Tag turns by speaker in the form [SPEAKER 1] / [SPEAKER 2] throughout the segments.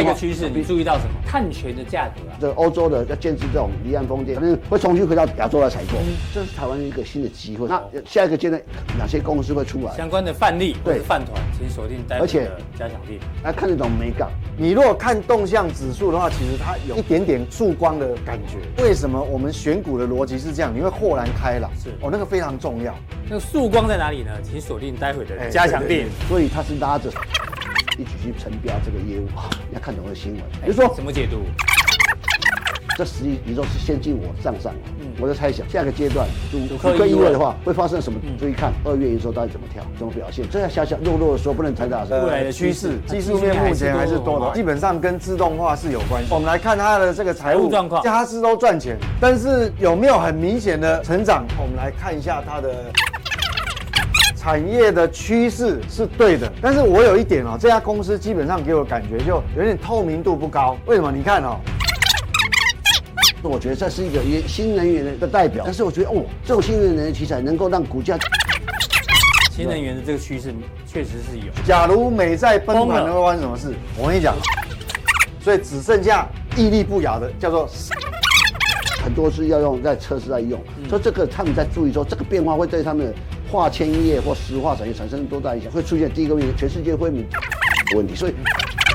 [SPEAKER 1] 一个趋势，你注意到什么？碳权的价格啊，
[SPEAKER 2] 这欧洲的要建制这种离岸风电，可能会重新回到亚洲来采购，这是台湾一个新的机会。那下一个阶段哪些公司会出来？
[SPEAKER 1] 相关的范例或
[SPEAKER 2] 对
[SPEAKER 1] 者饭团，请锁定待
[SPEAKER 2] 而
[SPEAKER 1] 会
[SPEAKER 2] 且
[SPEAKER 1] 的加强地。
[SPEAKER 2] 那看得懂美感。
[SPEAKER 3] 你如果看动向指数的话，其实它有一点点曙光的感觉。为什么我们选股的逻辑是这样？你会豁然开朗，
[SPEAKER 1] 是
[SPEAKER 3] 哦，那个非常重要。
[SPEAKER 1] 那个曙光在哪里呢？请锁定待会的
[SPEAKER 3] 哎
[SPEAKER 1] 加强地。
[SPEAKER 2] 所以他是拉着一起去承标这个业务啊，要看懂的新闻。
[SPEAKER 3] 哎
[SPEAKER 2] 比如说
[SPEAKER 1] 怎，么解读？
[SPEAKER 2] 这十亿宇宙是先进我账上，啊我在猜想下个阶段
[SPEAKER 1] 主
[SPEAKER 2] 主
[SPEAKER 1] 客
[SPEAKER 2] 主客
[SPEAKER 1] 嗯意嗯
[SPEAKER 2] 意
[SPEAKER 1] 外
[SPEAKER 2] 外的话会发生什么？注意看二月营收到底怎么跳，怎么表现。这样小小弱弱的说不能太大声。
[SPEAKER 1] 未来的趋势
[SPEAKER 3] 呃技术面目前还是多的，基本上跟自动化是有关系。
[SPEAKER 1] 哦
[SPEAKER 3] 我们来看它的这个财
[SPEAKER 1] 财务
[SPEAKER 3] 务
[SPEAKER 1] 状况
[SPEAKER 3] 它是都赚钱，但是有没有很明显的成长？我们来看一下它的。产业的趋势是对的，但是我有一点哦，这家公司基本上给我的感觉就有点透明度不高。为什么？你看哦，
[SPEAKER 2] 我觉得这是一个也新能源的代表，但是我觉得哦，这种新能源的题材能够让股价
[SPEAKER 1] 新能源的这个趋势确实是有。
[SPEAKER 3] 假如美债崩
[SPEAKER 1] 崩
[SPEAKER 3] 盘
[SPEAKER 1] 了
[SPEAKER 3] 会发生什么事？我跟你讲，所以只剩下屹立不摇的叫做
[SPEAKER 2] 很多是要用在测试在用，
[SPEAKER 1] 嗯
[SPEAKER 2] 所以这个他们在注意说这个变化会对他们的化纤业或石化产业产生多大影响，会出现第一个问题，全世界会米的问题，所以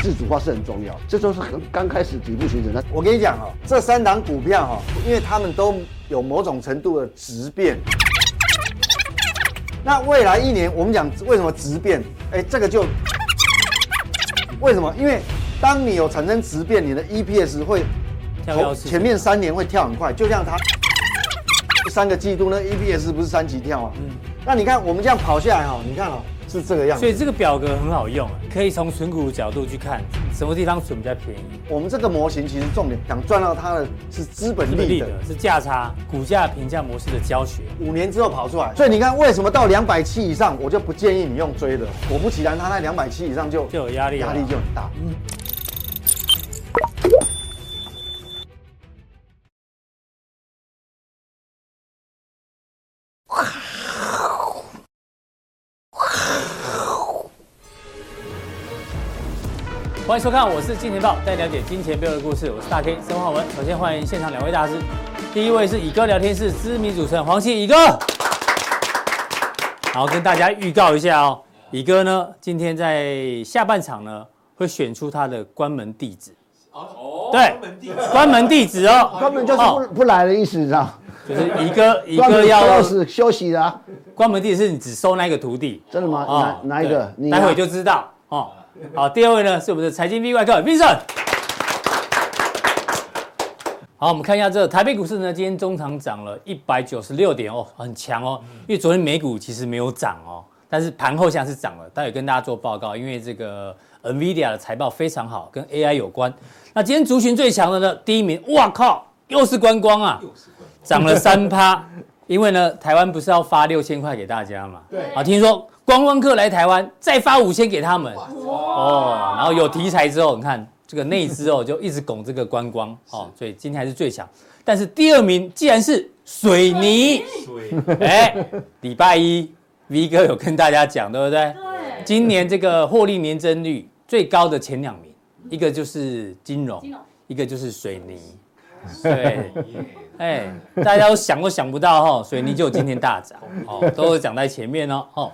[SPEAKER 2] 自主化是很重要，这都是很刚开始底部形成的。
[SPEAKER 3] 我跟你讲哦，这三档股票哈、因为它们都有某种程度的质变。那未来一年，我们讲为什么质变？哎，这个就为什么？因为当你有产生质变，你的 EPS 会哦
[SPEAKER 1] 跳跃式
[SPEAKER 3] 前面三年会跳很快，就像它三个季度那 EPS 不是三级跳吗？嗯。那你看我们这样跑下来哈、哦，你看哦，是这个样子
[SPEAKER 1] 所。以这个表格很好用啊，可以从存股的角度去看什么地方存比较便宜，
[SPEAKER 3] 我们这个模型其实重点想赚到它的是资本
[SPEAKER 1] 是不是
[SPEAKER 3] 利
[SPEAKER 1] 利
[SPEAKER 3] 的。
[SPEAKER 1] 的？是价差、股价评价模式的教学。
[SPEAKER 3] 五年之后跑出来。所以你看，为什么到两百七以上，我就不建议你用追的。果不其然，它在两百七以上就
[SPEAKER 1] 就有压力了嗯
[SPEAKER 3] 压力就很大。
[SPEAKER 1] 欢迎收看，我是金钱豹，带你了解金钱背后的故事。我是大 K 曾焕文。首先欢迎现场两位大师，第一位是以哥聊天室知名主持人黄信以哥。然后跟大家预告一下哦，以哥呢今天在下半场呢会选出他的关门地址。哦，对，关门地址，关门地址哦，
[SPEAKER 2] 根本就是
[SPEAKER 1] 哦
[SPEAKER 2] 不不来的意思，你知道？
[SPEAKER 1] 就是以哥以
[SPEAKER 2] 关
[SPEAKER 1] 哥
[SPEAKER 2] 门
[SPEAKER 1] 要
[SPEAKER 2] 要死休息的啊，
[SPEAKER 1] 关门地址是你只收那一个徒弟。
[SPEAKER 2] 真的吗？哪哪一个？
[SPEAKER 1] 哦对
[SPEAKER 2] 啊
[SPEAKER 1] 待会就知道哦。好，第二位呢是我们的财经 V 外客 Vincent。好，我们看一下这个台北股市呢，今天中场涨了一百九十六点哦，很强哦。因为昨天美股其实没有涨哦，但是盘后下是涨了。待会跟大家做报告，因为这个 Nvidia 的财报非常好，跟 AI 有关。那今天族群最强的呢，第一名，哇靠，又是观光啊，涨了三趴。因为呢，台湾不是要发六千块给大家嘛？对。啊，听说观光客来台湾，再发五千给他们。哦，然后有题材之后，你看这个内资哦，就一直拱这个观光哦，所以今天还是最强。但是第二名既然是水泥，哎，礼拜一 V 哥有跟大家讲，对不对？
[SPEAKER 4] 对，
[SPEAKER 1] 今年这个获利年增率最高的前两名，一个就是金融，
[SPEAKER 4] 金融
[SPEAKER 1] 一个就是水泥。对，哎，大家都想都想不到哈、哦，水泥就有今天大涨哦，都有讲在前面哦。哦，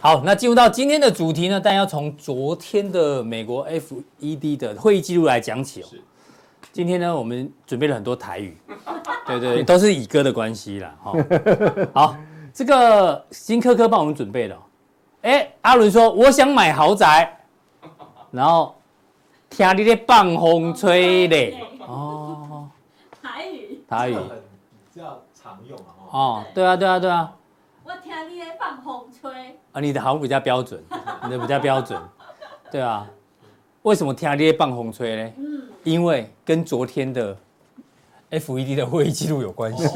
[SPEAKER 1] 好，那进入到今天的主题呢，但要从昨天的美国 FED 的会议记录来讲起哦。今天呢，我们准备了很多台语， 对对对，都是以歌的关系啦。哈、哦，好，这个新科科帮我们准备的、哦。哎，阿伦说我想买豪宅，然后听你在放风吹嘞，哦，
[SPEAKER 4] 台语，
[SPEAKER 1] 台语
[SPEAKER 5] 这个很比较常用啊。哦
[SPEAKER 1] 哦，对啊，对啊，对啊，
[SPEAKER 4] 我听你在放风吹，
[SPEAKER 1] 啊，你的好像比较标准， 你的比较标准，对啊，为什么听你在放风吹嘞？
[SPEAKER 4] 嗯，
[SPEAKER 1] 因为跟昨天的 FED 的会议记录有关系。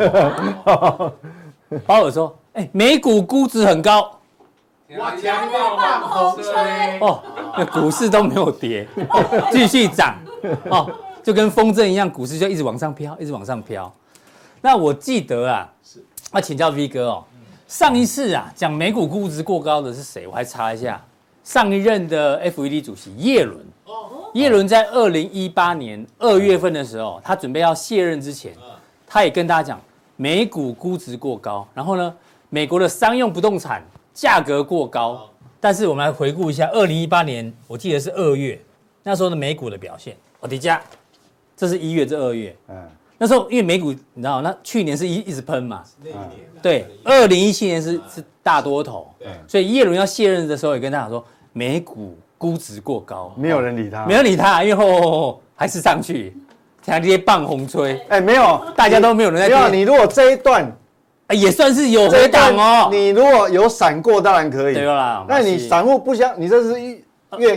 [SPEAKER 1] 鲍尔说，哎，美股估值很高
[SPEAKER 5] 哇，
[SPEAKER 4] 听你在放风吹，
[SPEAKER 1] 哦，那股市都没有跌，继续涨哦，就跟风筝一样，股市就一直往上飘，一直往上飘。那我记得啊，那请教 V 哥哦，上一次啊讲美股 E 估值过高的是谁？我还查一下，上一任的 FED 主席耶伦，叶伦在二零一八年二月份的时候，他准备要卸任之前，他也跟大家讲，美股估值过高，然后呢，美国的商用不动产价格过高。但是我们来回顾一下二零一八年，我记得是二月那时候的美股的表现，我迪迦，这是一月，这二月，
[SPEAKER 3] 嗯，
[SPEAKER 1] 那时候因为美股你知道，那去年是一一直喷嘛，
[SPEAKER 5] 那一年
[SPEAKER 1] 对，二零一七年是是大多头，
[SPEAKER 5] 对
[SPEAKER 1] 所以叶伦要卸任的时候也跟大家说，美股估值过高，
[SPEAKER 3] 没有人理他，
[SPEAKER 1] 没有理他，因为吼吼吼还是上去，像这些棒红吹，
[SPEAKER 3] 哎，没有，
[SPEAKER 1] 大家都没有人在
[SPEAKER 3] 没有。啊
[SPEAKER 1] 听，
[SPEAKER 3] 你如果这一段
[SPEAKER 1] 哎也算是有回档哦，
[SPEAKER 3] 你如果有闪过，当然可以
[SPEAKER 1] 对。啦，
[SPEAKER 3] 那你散户不相，你这是一月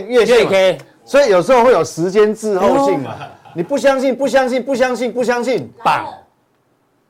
[SPEAKER 1] 呃
[SPEAKER 3] 月
[SPEAKER 1] 月
[SPEAKER 3] 线嘛，
[SPEAKER 1] K，哦
[SPEAKER 3] 所以有时候会有时间滞后性嘛。你不相信，不相信，不相信，不相信，
[SPEAKER 1] 棒
[SPEAKER 4] 来了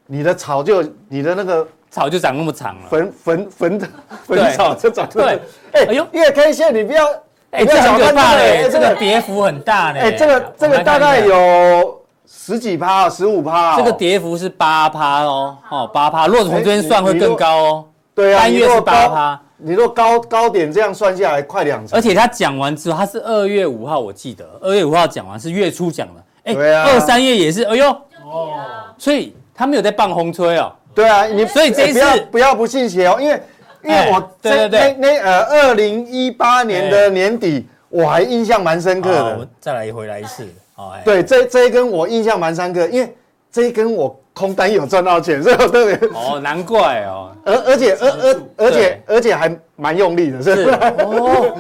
[SPEAKER 3] 你的草就你的那个
[SPEAKER 1] 草就长那么长了，
[SPEAKER 3] 坟坟坟坟草就长出来。
[SPEAKER 1] 对
[SPEAKER 3] 哎
[SPEAKER 1] 哎呦
[SPEAKER 3] 月 K 线你不要，
[SPEAKER 1] 哎
[SPEAKER 3] 你不
[SPEAKER 1] 这
[SPEAKER 3] 要
[SPEAKER 1] 很
[SPEAKER 3] 小
[SPEAKER 1] 可
[SPEAKER 3] 看
[SPEAKER 1] 怕
[SPEAKER 3] 这个
[SPEAKER 1] 嘞，
[SPEAKER 3] 哎
[SPEAKER 1] 这
[SPEAKER 3] 这
[SPEAKER 1] 个
[SPEAKER 3] 个
[SPEAKER 1] 跌幅很大嘞，
[SPEAKER 3] 哎这个这
[SPEAKER 1] 我
[SPEAKER 3] 个
[SPEAKER 1] 们来看一下
[SPEAKER 3] 大概。有十几趴，十五趴哦。
[SPEAKER 1] 这个跌幅是八趴哦，哦八趴，如果从这边算会更高哦。
[SPEAKER 3] 对啊，
[SPEAKER 1] 单
[SPEAKER 3] 你
[SPEAKER 1] 月
[SPEAKER 3] 若
[SPEAKER 1] 是八
[SPEAKER 3] 高
[SPEAKER 1] 趴，
[SPEAKER 3] 你若高高点这样算下来快两成，
[SPEAKER 1] 而且他讲完之后，他是二月五号，我记得二月五号讲完是月初讲的，哎，
[SPEAKER 3] 对啊
[SPEAKER 1] 二三月也是，哎呦，
[SPEAKER 4] 就跌了，
[SPEAKER 1] 所以他没有在放红吹哦，
[SPEAKER 3] 对啊，你
[SPEAKER 1] 所以这一次
[SPEAKER 3] 不要不要不信邪哦，因为因
[SPEAKER 1] 哎
[SPEAKER 3] 为我
[SPEAKER 1] 对
[SPEAKER 3] 这
[SPEAKER 1] 对对
[SPEAKER 3] 那那呃二零一八年的年底，我还印象蛮深刻
[SPEAKER 1] 好哦我
[SPEAKER 3] 的
[SPEAKER 1] 们。再来回来一次，好，哎，
[SPEAKER 3] 对，这这一根我印象蛮深刻，因为这一根我空单有赚到钱，所以我特别，
[SPEAKER 1] 哦，难怪哦，
[SPEAKER 3] 而而且而而而且
[SPEAKER 1] 对
[SPEAKER 3] 而且还蛮用力的，是
[SPEAKER 1] 是
[SPEAKER 3] 不是？
[SPEAKER 1] 哦，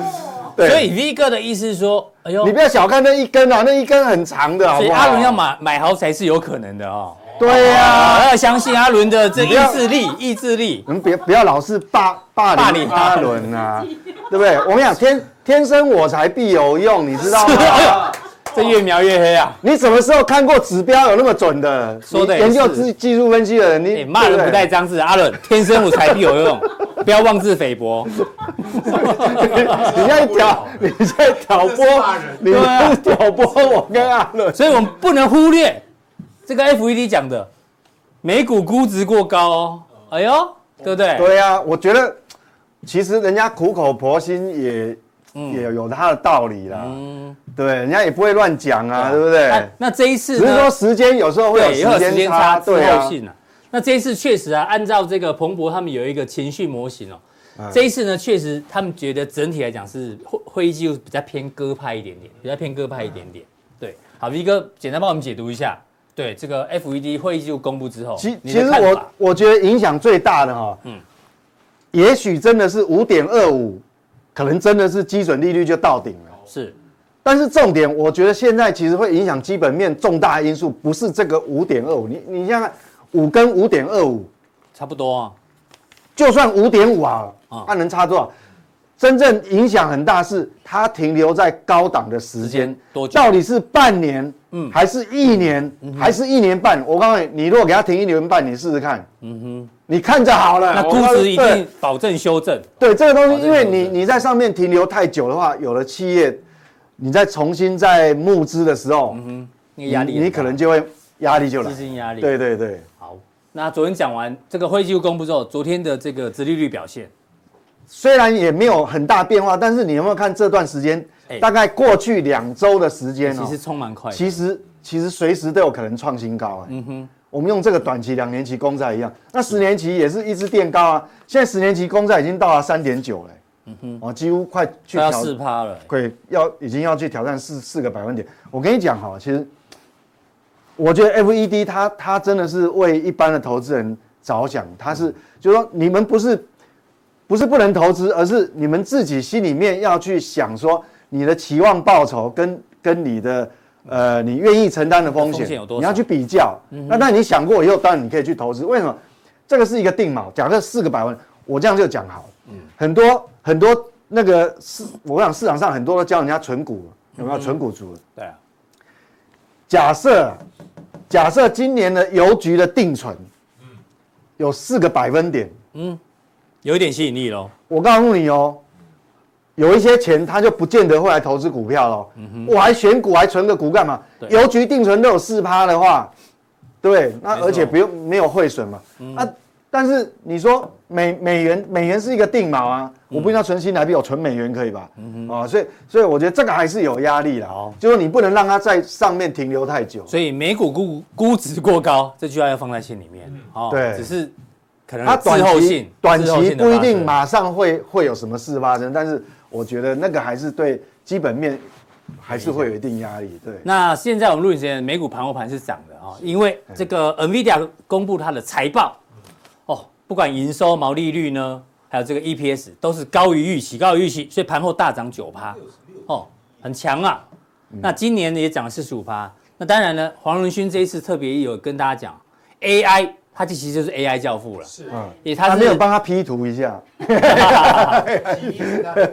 [SPEAKER 3] 对
[SPEAKER 1] 所以 V 哥的意思是说，哎呦
[SPEAKER 3] 你，不要小看那一根啊，那一根很长的，好
[SPEAKER 1] 所以
[SPEAKER 3] 不好？
[SPEAKER 1] 阿伦要买买豪宅是有可能的哦，
[SPEAKER 3] 对呀、
[SPEAKER 1] 啊，要相信阿伦的这
[SPEAKER 3] 你
[SPEAKER 1] 意
[SPEAKER 3] 不要
[SPEAKER 1] 志力，意志力
[SPEAKER 3] 你们别不要老是霸霸
[SPEAKER 1] 霸凌
[SPEAKER 3] 凌阿伦啊，对不对？我跟你讲，天天生我材必有用，你知道
[SPEAKER 1] 是哎
[SPEAKER 3] 吗？
[SPEAKER 1] 这越描越黑啊，
[SPEAKER 3] 你什么时候看过指标有那么准的？
[SPEAKER 1] 说得
[SPEAKER 3] 你
[SPEAKER 1] 也
[SPEAKER 3] 研
[SPEAKER 1] 是
[SPEAKER 3] 究技技术分析的人，
[SPEAKER 1] 哎，
[SPEAKER 3] 你
[SPEAKER 1] 骂人不带
[SPEAKER 3] 对
[SPEAKER 1] 脏字，阿伦天生我材必有 用，不要妄自菲薄。
[SPEAKER 3] 不对 你在挑，你在挑拨
[SPEAKER 5] 这是骂人，
[SPEAKER 3] 你
[SPEAKER 1] 对啊
[SPEAKER 3] 在挑拨我跟阿伦。
[SPEAKER 1] 所以我们不能忽略这个 FED 讲的，美股估值过高哦，哎呦，对不对？
[SPEAKER 3] 对呀、我觉得其实人家苦口婆心也、也有他的道理啦，
[SPEAKER 1] 嗯，
[SPEAKER 3] 对，人家也不会乱讲啊，对不
[SPEAKER 1] 那
[SPEAKER 3] 对？
[SPEAKER 1] 那这一次
[SPEAKER 3] 只是
[SPEAKER 1] 呢
[SPEAKER 3] 说？时间有时候会
[SPEAKER 1] 对，也
[SPEAKER 3] 有
[SPEAKER 1] 有
[SPEAKER 3] 时
[SPEAKER 1] 时
[SPEAKER 3] 间
[SPEAKER 1] 间
[SPEAKER 3] 差，
[SPEAKER 1] 差滞
[SPEAKER 3] 对啊
[SPEAKER 1] 后，性啊。那这一次确实啊，按照这个彭博他们有一个情绪模型哦，
[SPEAKER 3] 嗯
[SPEAKER 1] 这一次呢，确实他们觉得整体来讲是会会议记录比较偏鸽派一点点，比较偏鸽派一点点。对，好，V 哥简单帮我们解读一下。对，这个 FED 会议记录公布之后，
[SPEAKER 3] 其
[SPEAKER 1] 你
[SPEAKER 3] 其
[SPEAKER 1] 的
[SPEAKER 3] 实
[SPEAKER 1] 看
[SPEAKER 3] 我
[SPEAKER 1] 法
[SPEAKER 3] 我觉得影响最大的哈，嗯，也许真的是五点二五，可能真的是基准利率就到顶了。
[SPEAKER 1] 是
[SPEAKER 3] 但是重点，我觉得现在其实会影响基本面重大因素，不是这个五点二五。你你想想看，五跟五点二五，
[SPEAKER 1] 差不多啊，
[SPEAKER 3] 就算五点五啊
[SPEAKER 1] 啊，
[SPEAKER 3] 它、能差多少？真正影响很大是它停留在高档的时
[SPEAKER 1] 时
[SPEAKER 3] 间
[SPEAKER 1] 间，多久？
[SPEAKER 3] 到底是半年，
[SPEAKER 1] 嗯
[SPEAKER 3] 还是一年，还是一年半？我告诉你，你如果给它停一年半，你试试看，
[SPEAKER 1] 嗯哼。
[SPEAKER 3] 你看着好了。
[SPEAKER 1] 那
[SPEAKER 3] 我
[SPEAKER 1] 估
[SPEAKER 3] 告诉
[SPEAKER 1] 值
[SPEAKER 3] 你
[SPEAKER 1] 一
[SPEAKER 3] 对
[SPEAKER 1] 定保证修正，
[SPEAKER 3] 对这个东
[SPEAKER 1] 好
[SPEAKER 3] 西，
[SPEAKER 1] 这
[SPEAKER 3] 因为
[SPEAKER 1] 个
[SPEAKER 3] 你
[SPEAKER 1] 是
[SPEAKER 3] 你在上面停留太久的话，有的企业你再重新在募资的时候，
[SPEAKER 1] 那个嗯压力
[SPEAKER 3] 你你可能就会压力就来
[SPEAKER 1] 资。金压力。
[SPEAKER 3] 对，对对，
[SPEAKER 1] 好。那昨天讲完这个会议记录公布之后，昨天的这个殖利率表现，
[SPEAKER 3] 虽然也没有很大变化，但是你有没有看这段时间
[SPEAKER 1] 哎，
[SPEAKER 3] 大概过去两周的时间
[SPEAKER 1] 其
[SPEAKER 3] 哦
[SPEAKER 1] 实，充满快乐。
[SPEAKER 3] 其实其实随时都有可能创新高。嗯哼，我们用这个短期两年期公债一样，那十年期也是一直垫高啊。现在十年期公债已经到了三点九了，嗯哼，哦，几乎快去
[SPEAKER 1] 快要
[SPEAKER 3] 调
[SPEAKER 1] 四趴了，
[SPEAKER 3] 会要已经要去挑战四四个百分点。我跟你讲哈，其实我觉得 FED 它它真的是为一般的投资人着想，它
[SPEAKER 1] 嗯
[SPEAKER 3] 是就是说你们不是不是不能投资，而是你们自己心里面要去想说你的期望报酬跟跟你的。呃，你愿意承担的风
[SPEAKER 1] 风
[SPEAKER 3] 险
[SPEAKER 1] 险有多少嗯
[SPEAKER 3] 你要去比较。那那你想过以后，当然你可以去投资。为什么？这个是一个定锚。假设四个百万，我这样就讲好了。
[SPEAKER 1] 嗯
[SPEAKER 3] 很多很多那个市，我想市场上很多都教人家存股，有没有存股族？
[SPEAKER 1] 嗯对啊，
[SPEAKER 3] 假设假设今年的邮局的定存，
[SPEAKER 1] 嗯
[SPEAKER 3] 有四个百分点，
[SPEAKER 1] 有一点吸引力喽。
[SPEAKER 3] 我告诉你哦，有一些钱他就不见得会来投资股票喽。我还选股还存个股干嘛？
[SPEAKER 1] 嗯对
[SPEAKER 3] 邮局定存都有四趴的话，对，那
[SPEAKER 1] 没错嗯
[SPEAKER 3] 而且不用没有汇损嘛。那啊但是你说美美元美元是一个定锚啊，
[SPEAKER 1] 嗯
[SPEAKER 3] 我不一定要存新台币，我存美元可以吧？哦，所以所以我觉得这个还是有压力啦哦
[SPEAKER 1] 好，
[SPEAKER 3] 就是你不能让它在上面停留太久。
[SPEAKER 1] 所以美股估估值过高，这句话要放在心里面。哦，
[SPEAKER 3] 嗯对
[SPEAKER 1] 只是可能
[SPEAKER 3] 它
[SPEAKER 1] 有滞后
[SPEAKER 3] 啊短期
[SPEAKER 1] 性，
[SPEAKER 3] 短
[SPEAKER 1] 滞后
[SPEAKER 3] 期
[SPEAKER 1] 性的发
[SPEAKER 3] 不一
[SPEAKER 1] 生
[SPEAKER 3] 定马上会会有什么事发生，但是我觉得那个还是对基本面还是会有一定压力。对，
[SPEAKER 1] 那现在我们录影时间，美股盘后盘是涨的啊、哦，因为这个 Nvidia 公布它的财报哦，不管营收、毛利率呢，还有这个 EPS 都是高于预期，高于预期，所以盘后大涨九趴哦，很强啊。那今年呢也涨了四十五趴。那当然呢，黄仁勋这一次特别有跟大家讲 AI，它其实就是 AI 教父了，
[SPEAKER 5] 是
[SPEAKER 3] 嗯，
[SPEAKER 1] 也它
[SPEAKER 3] 他
[SPEAKER 1] 是
[SPEAKER 3] 没有帮他 P 图一下，
[SPEAKER 5] 基因是它的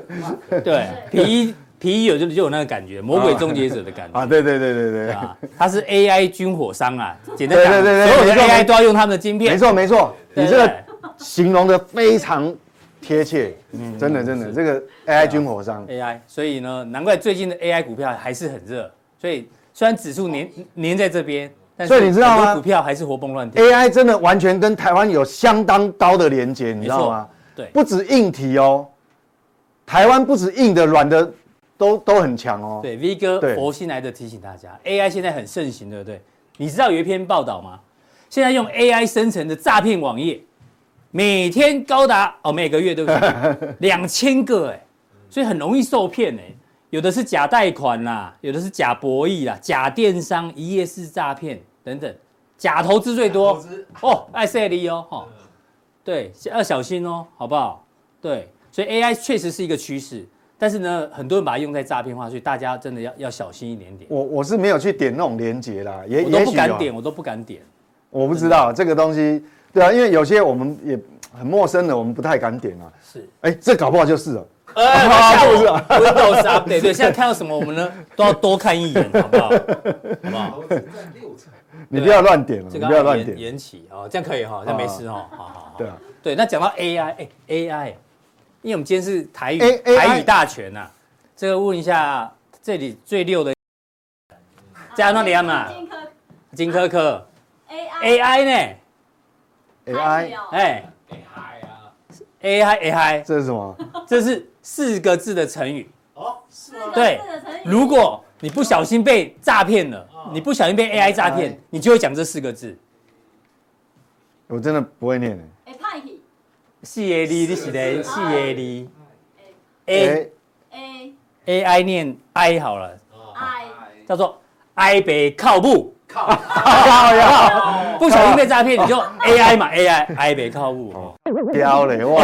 [SPEAKER 5] mark
[SPEAKER 1] 对皮衣皮衣有就就有那个感觉，魔鬼终结者的感觉。
[SPEAKER 3] 啊，对对对对对，
[SPEAKER 1] 啊，它是 AI 军火商啊，简单讲，
[SPEAKER 3] 对对对对
[SPEAKER 1] 所有的
[SPEAKER 3] 没错
[SPEAKER 1] AI 都要用他们的晶片，
[SPEAKER 3] 没错没错，
[SPEAKER 1] 对
[SPEAKER 3] 你
[SPEAKER 1] 不对，
[SPEAKER 3] 这个形容的非常贴切，
[SPEAKER 1] 嗯
[SPEAKER 3] 真的真的，这个 AI 军火商
[SPEAKER 1] AI，所以呢，难怪最近的 AI 股票还是很热。所以虽然指数粘粘在这边，但是
[SPEAKER 3] 所以你知道
[SPEAKER 1] 很
[SPEAKER 3] 吗
[SPEAKER 1] 多股票还是活蹦乱跳。
[SPEAKER 3] AI 真的完全跟台湾有相当高的连接，你知道吗？
[SPEAKER 1] 对
[SPEAKER 3] 不止硬体哦，台湾不止硬的软的都都很强哦。
[SPEAKER 1] 对，V 哥
[SPEAKER 3] 对
[SPEAKER 1] 佛心来的提醒大家，AI 现在很盛行，对不对？你知道有一篇报道吗？现在用 AI 生成的诈骗网页，每天高达哦，每个月 对不对？两千个哎、所以很容易受骗哎、有的是假贷款啦，有的是假博弈啦，假电商、一夜式诈骗等等，假投资最多。
[SPEAKER 5] 投资
[SPEAKER 1] 哦，艾塞利哦，哈、
[SPEAKER 5] 嗯
[SPEAKER 1] 对，要小心哦，好不好？对，所以 AI 确实是一个趋势，但是呢，很多人把它用在诈骗化，所以大家真的要要小心一点点。
[SPEAKER 3] 我我是没有去点那种连接啦，也
[SPEAKER 1] 我都
[SPEAKER 3] 也
[SPEAKER 1] 不
[SPEAKER 3] 许啊
[SPEAKER 1] 敢点，
[SPEAKER 3] 有，
[SPEAKER 1] 我都不敢 点。
[SPEAKER 3] 我不知道这个东西，对啊，因为有些我们也很陌生的，我们不太敢点啊。
[SPEAKER 1] 是，
[SPEAKER 3] 哎，这搞不好就是了。
[SPEAKER 1] 呃，
[SPEAKER 3] 啊
[SPEAKER 1] 吓
[SPEAKER 3] 这不是
[SPEAKER 1] 我 Windows update，对，现在看到什么我们呢都要多看一眼， 好不好？好
[SPEAKER 3] 嗯
[SPEAKER 1] 不好？
[SPEAKER 5] 投资占六成，
[SPEAKER 3] 你不要乱点了，
[SPEAKER 1] 啊这
[SPEAKER 3] 你
[SPEAKER 1] 个
[SPEAKER 3] 不要
[SPEAKER 1] 要
[SPEAKER 3] 乱
[SPEAKER 1] 延
[SPEAKER 3] 点。啊
[SPEAKER 1] 延期哦，这样可以哈，这样没事哈，好好好。
[SPEAKER 3] 对啊，
[SPEAKER 1] 对，那讲到 AI，哎、AI，因为我们今天是台语
[SPEAKER 3] A- AI
[SPEAKER 1] 台语大全呐、啊，这个问一下这里最溜的加那里啊嘛
[SPEAKER 4] 金科
[SPEAKER 1] 金科科
[SPEAKER 4] AI
[SPEAKER 1] AI 呢？
[SPEAKER 3] AI，
[SPEAKER 1] 哎
[SPEAKER 5] 哎嗨啊，
[SPEAKER 1] ，AI AI，
[SPEAKER 3] 这是什么？
[SPEAKER 1] 这是四个字的成语。
[SPEAKER 5] 哦，是吗？
[SPEAKER 1] 对如果你不小心被诈骗了
[SPEAKER 5] 哦，
[SPEAKER 1] 你不小心被 AI 诈骗
[SPEAKER 3] AI，
[SPEAKER 1] 你就会讲这四个字。
[SPEAKER 3] 我真的不会念
[SPEAKER 4] 哎派去
[SPEAKER 1] 四 A D，你是嘞？四 A D A
[SPEAKER 4] 哎
[SPEAKER 1] AI 念 I 好了，
[SPEAKER 5] 哦
[SPEAKER 4] 哎
[SPEAKER 1] 叫做 I 北靠步。
[SPEAKER 5] 靠，
[SPEAKER 1] 靠呀！不小心被诈骗，你就 AI 嘛，AI I 北靠步。哦
[SPEAKER 3] 哎，标 嘞哇！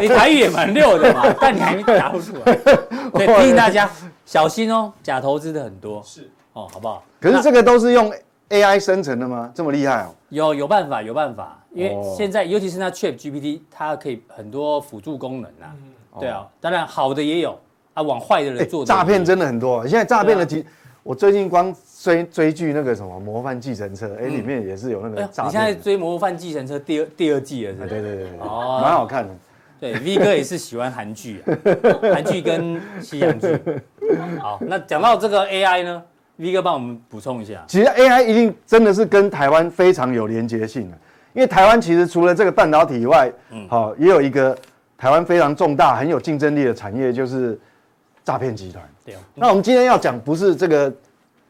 [SPEAKER 1] 你台语也蛮溜的嘛，但你还没答不出来。所以提醒大家小心哦，假投资的很多
[SPEAKER 5] 是
[SPEAKER 1] 哦，好不好？
[SPEAKER 3] 可是这个都是用 AI 生成的吗？这么厉害哦？
[SPEAKER 1] 有有办法，有办法，因为
[SPEAKER 3] 哦
[SPEAKER 1] 现在尤其是那 Chat GPT，它可以很多辅助功能啊。对啊，当然好的也有啊，往坏的
[SPEAKER 3] 哎
[SPEAKER 1] 人做的也有
[SPEAKER 3] 诈骗真的很多、啊现在诈骗的
[SPEAKER 1] 对啊
[SPEAKER 3] 题，我最近光追追剧那个什么《模范计程车》，哎，里面也是有那
[SPEAKER 1] 哎
[SPEAKER 3] 个
[SPEAKER 1] 呦
[SPEAKER 3] 诈
[SPEAKER 1] 你现在
[SPEAKER 3] 骗的。
[SPEAKER 1] 追《模范计程车》第二第二季了，是不
[SPEAKER 3] 哎
[SPEAKER 1] 是？
[SPEAKER 3] 对对对对，
[SPEAKER 1] 哦
[SPEAKER 3] 蛮好看的。
[SPEAKER 1] 对，V 哥也是喜欢韩剧啊，韩剧跟西洋剧。好，那讲到这个 AI 呢，V 哥帮我们补充一下。
[SPEAKER 3] 其实 AI 一定真的是跟台湾非常有连结性的，因为台湾其实除了这个半导体以外，好、也有一个台湾非常重大、很有竞争力的产业，就是诈骗集团。
[SPEAKER 1] 对哦，
[SPEAKER 3] 那我们今天要讲不是这个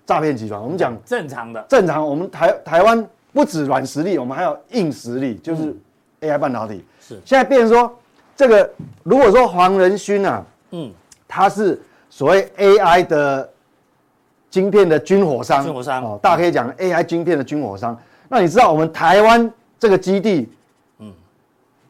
[SPEAKER 3] 诈骗集团，我们讲
[SPEAKER 1] 正常的
[SPEAKER 3] 正常，我们台台湾不止软实力，我们还有硬实力，就是 AI 半导体。
[SPEAKER 1] 是
[SPEAKER 3] 现在变成说，这个如果说黄仁勋啊，
[SPEAKER 1] 嗯
[SPEAKER 3] 嗯，他是所谓 AI 的晶片的军火商，
[SPEAKER 1] 军火商
[SPEAKER 3] 哦，大家可以讲 AI 晶片的军火商。那你知道我们台湾这个基地，嗯，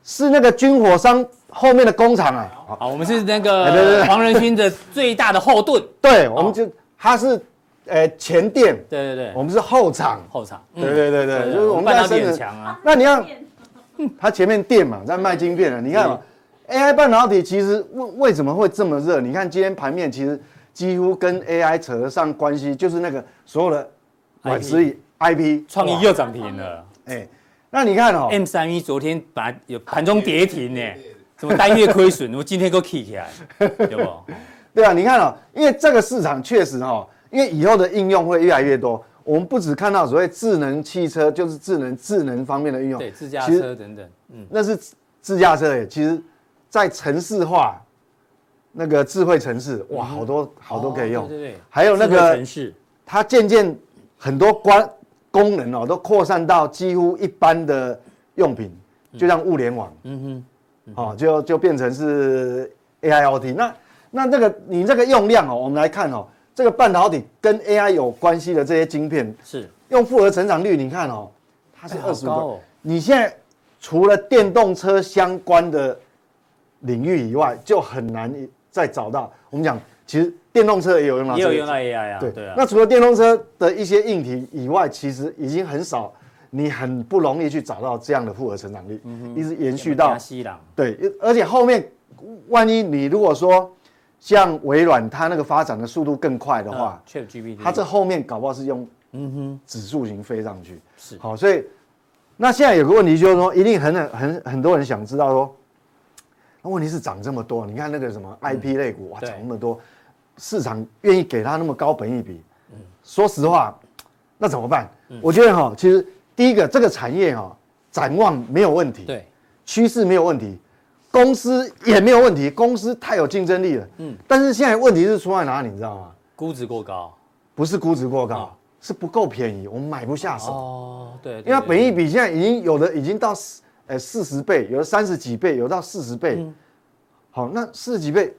[SPEAKER 3] 是那个军火商后面的工厂啊，哦
[SPEAKER 1] 好，我们是那
[SPEAKER 3] 哎对对
[SPEAKER 1] 个
[SPEAKER 3] 对
[SPEAKER 1] 黄仁勋的最大的后盾。
[SPEAKER 3] 对，我们就它是呃前店，
[SPEAKER 1] 对对
[SPEAKER 3] 我
[SPEAKER 1] 对，
[SPEAKER 3] 们是后厂。
[SPEAKER 1] 后场。嗯
[SPEAKER 3] 对对对哦对，就是我们
[SPEAKER 1] 半
[SPEAKER 3] 在
[SPEAKER 1] 导体
[SPEAKER 3] 深
[SPEAKER 1] 很
[SPEAKER 3] 圳
[SPEAKER 1] 强啊。
[SPEAKER 3] 那你看它前面电嘛，在卖晶片
[SPEAKER 1] 嗯
[SPEAKER 3] 了。你看嘛，AI 半导体其实为为什么会这么热？你看今天盘面其实几乎跟 AI 扯得上关系，就是那个所有的软实力 IP
[SPEAKER 1] 创意
[SPEAKER 3] 哇
[SPEAKER 1] 又涨停了
[SPEAKER 3] 哎，那你看哦，
[SPEAKER 1] ，M 三一昨天把有盘中跌停呢，什么单月亏损，我今天给我 k 起 来，对不？
[SPEAKER 3] 对啊，你看哦，因为这个市场确实哦，因为以后的应用会越来越多。我们不只看到所谓智能汽车，就是智能智能方面的运用，
[SPEAKER 1] 对，自驾
[SPEAKER 3] 其实
[SPEAKER 1] 车等等，嗯，
[SPEAKER 3] 那是自自驾车诶，其实，在城市化那个智慧城市，哇，好多好多可以用。
[SPEAKER 1] 嗯哦对对对，
[SPEAKER 3] 还有那
[SPEAKER 1] 智慧
[SPEAKER 3] 个
[SPEAKER 1] 城市，
[SPEAKER 3] 它渐渐很多关功能哦，都扩散到几乎一般的用品，就像物联网，
[SPEAKER 1] 嗯哼，
[SPEAKER 3] 哦，就就变成是 AIoT。那那这个你这个用量哦，我们来看哦，这个半导体跟 AI 有关系的这些晶片，
[SPEAKER 1] 是，
[SPEAKER 3] 用复合成长率，你看哦，它是
[SPEAKER 1] 哎好
[SPEAKER 3] 二十
[SPEAKER 1] 高
[SPEAKER 3] 五
[SPEAKER 1] 哦。
[SPEAKER 3] 你现在除了电动车相关的领域以外，就很难再找到。我们讲，其实电动车也有用到、
[SPEAKER 1] 也
[SPEAKER 3] 这个
[SPEAKER 1] 有用到 AI 啊，
[SPEAKER 3] 对
[SPEAKER 1] 对啊，
[SPEAKER 3] 那除了电动车的一些硬体以外，其实已经很少，你很不容易去找到这样的复合成长率，
[SPEAKER 1] 嗯
[SPEAKER 3] 一直延续到
[SPEAKER 1] 西朗，
[SPEAKER 3] 对，而且后面万一你如果说像微软它那个发展的速度更快的话，
[SPEAKER 1] c h a t GPT，
[SPEAKER 3] 它这后面搞不好是用
[SPEAKER 1] 嗯哼，
[SPEAKER 3] 指数型飞上去。
[SPEAKER 1] 是
[SPEAKER 3] 好，所以那现在有个问题就是说，一定很很很多人想知道说，那问题是涨这么多，你看那个什么 IP 类股、哇
[SPEAKER 1] 嗯对
[SPEAKER 3] 涨那么多，市场愿意给它那么高本益比，
[SPEAKER 1] 嗯
[SPEAKER 3] 说实话，那怎么办？我觉得哈，其实第一个这个产业哈，展望没有问题，
[SPEAKER 1] 对，
[SPEAKER 3] 趋势没有问题，公司也没有问题，公司太有竞争力了，
[SPEAKER 1] 嗯
[SPEAKER 3] 嗯，但是现在问题是出在哪里，你知道吗？
[SPEAKER 1] 估值过高，
[SPEAKER 3] 不是估值过高，
[SPEAKER 1] 哦
[SPEAKER 3] 是不够便宜，我们买不下手。
[SPEAKER 1] 哦，对，
[SPEAKER 3] 因为它
[SPEAKER 1] 对
[SPEAKER 3] 本益比现在已经有的已经到四呃四十倍，有的三十几倍，有到四十倍。
[SPEAKER 1] 嗯
[SPEAKER 3] 好，那四十几倍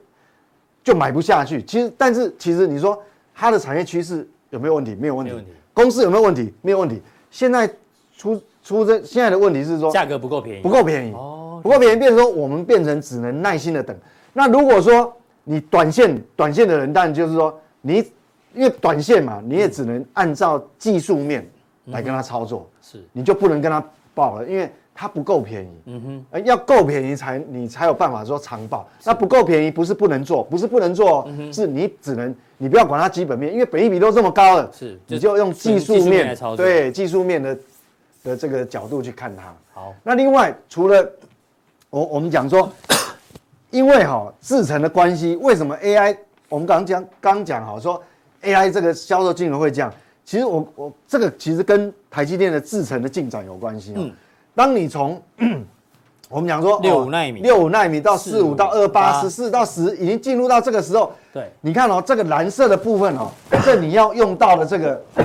[SPEAKER 3] 就买不下去。其实，但是其实你说它的产业趋势有没有问题？没有问
[SPEAKER 1] 没有
[SPEAKER 3] 题
[SPEAKER 1] 问题。
[SPEAKER 3] 公司有没有问题？没有问题。现在出出这现在的问题是说
[SPEAKER 1] 价格不够便宜，
[SPEAKER 3] 不够便宜，
[SPEAKER 1] 哦
[SPEAKER 3] 不够便宜，变成说我们变成只能耐心的等。那如果说你短线短线的人，当然就是说你因为短线嘛，你也只能按照技术面来跟他操作。
[SPEAKER 1] 嗯是，
[SPEAKER 3] 你就不能跟他报了，因为它不够便宜。嗯哼，要够便宜才你才有办法说长报。那不够便宜不是不能做，不是不能做
[SPEAKER 1] 嗯
[SPEAKER 3] 哦，是你只能你不要管它基本面，因为本益比都这么高了，
[SPEAKER 1] 是
[SPEAKER 3] 你
[SPEAKER 1] 就
[SPEAKER 3] 就用技术
[SPEAKER 1] 技术面
[SPEAKER 3] 面
[SPEAKER 1] 来操作
[SPEAKER 3] 对技术面的的这个角度去看它。
[SPEAKER 1] 好，
[SPEAKER 3] 那另外除了我我们讲说， 因为哈、制成的关系，为什么 AI 我们刚讲刚讲好说 AI 这个销售金额会降？其实我我这个其实跟台积电的制程的进展有关系、哦。当你从 我们讲说哦
[SPEAKER 1] 65纳米
[SPEAKER 3] 六五纳米到四
[SPEAKER 1] 45
[SPEAKER 3] 五到二八
[SPEAKER 1] 18
[SPEAKER 3] 十四到十，已经进入到这个时候，
[SPEAKER 1] 对，
[SPEAKER 3] 你看哦，这个蓝色的部分哦，这你要用到的这个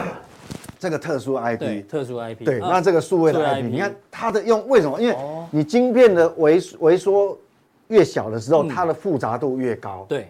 [SPEAKER 3] 这个特殊 IP，
[SPEAKER 1] 对，特殊 IP，
[SPEAKER 3] 嗯对，
[SPEAKER 1] 啊
[SPEAKER 3] 那这个数位的
[SPEAKER 1] 数位
[SPEAKER 3] IP，
[SPEAKER 1] IP
[SPEAKER 3] 你看它的用为什么？因为
[SPEAKER 1] 哦
[SPEAKER 3] 你晶片的微微缩越小的时候，它的复杂度越高。，
[SPEAKER 1] 嗯对，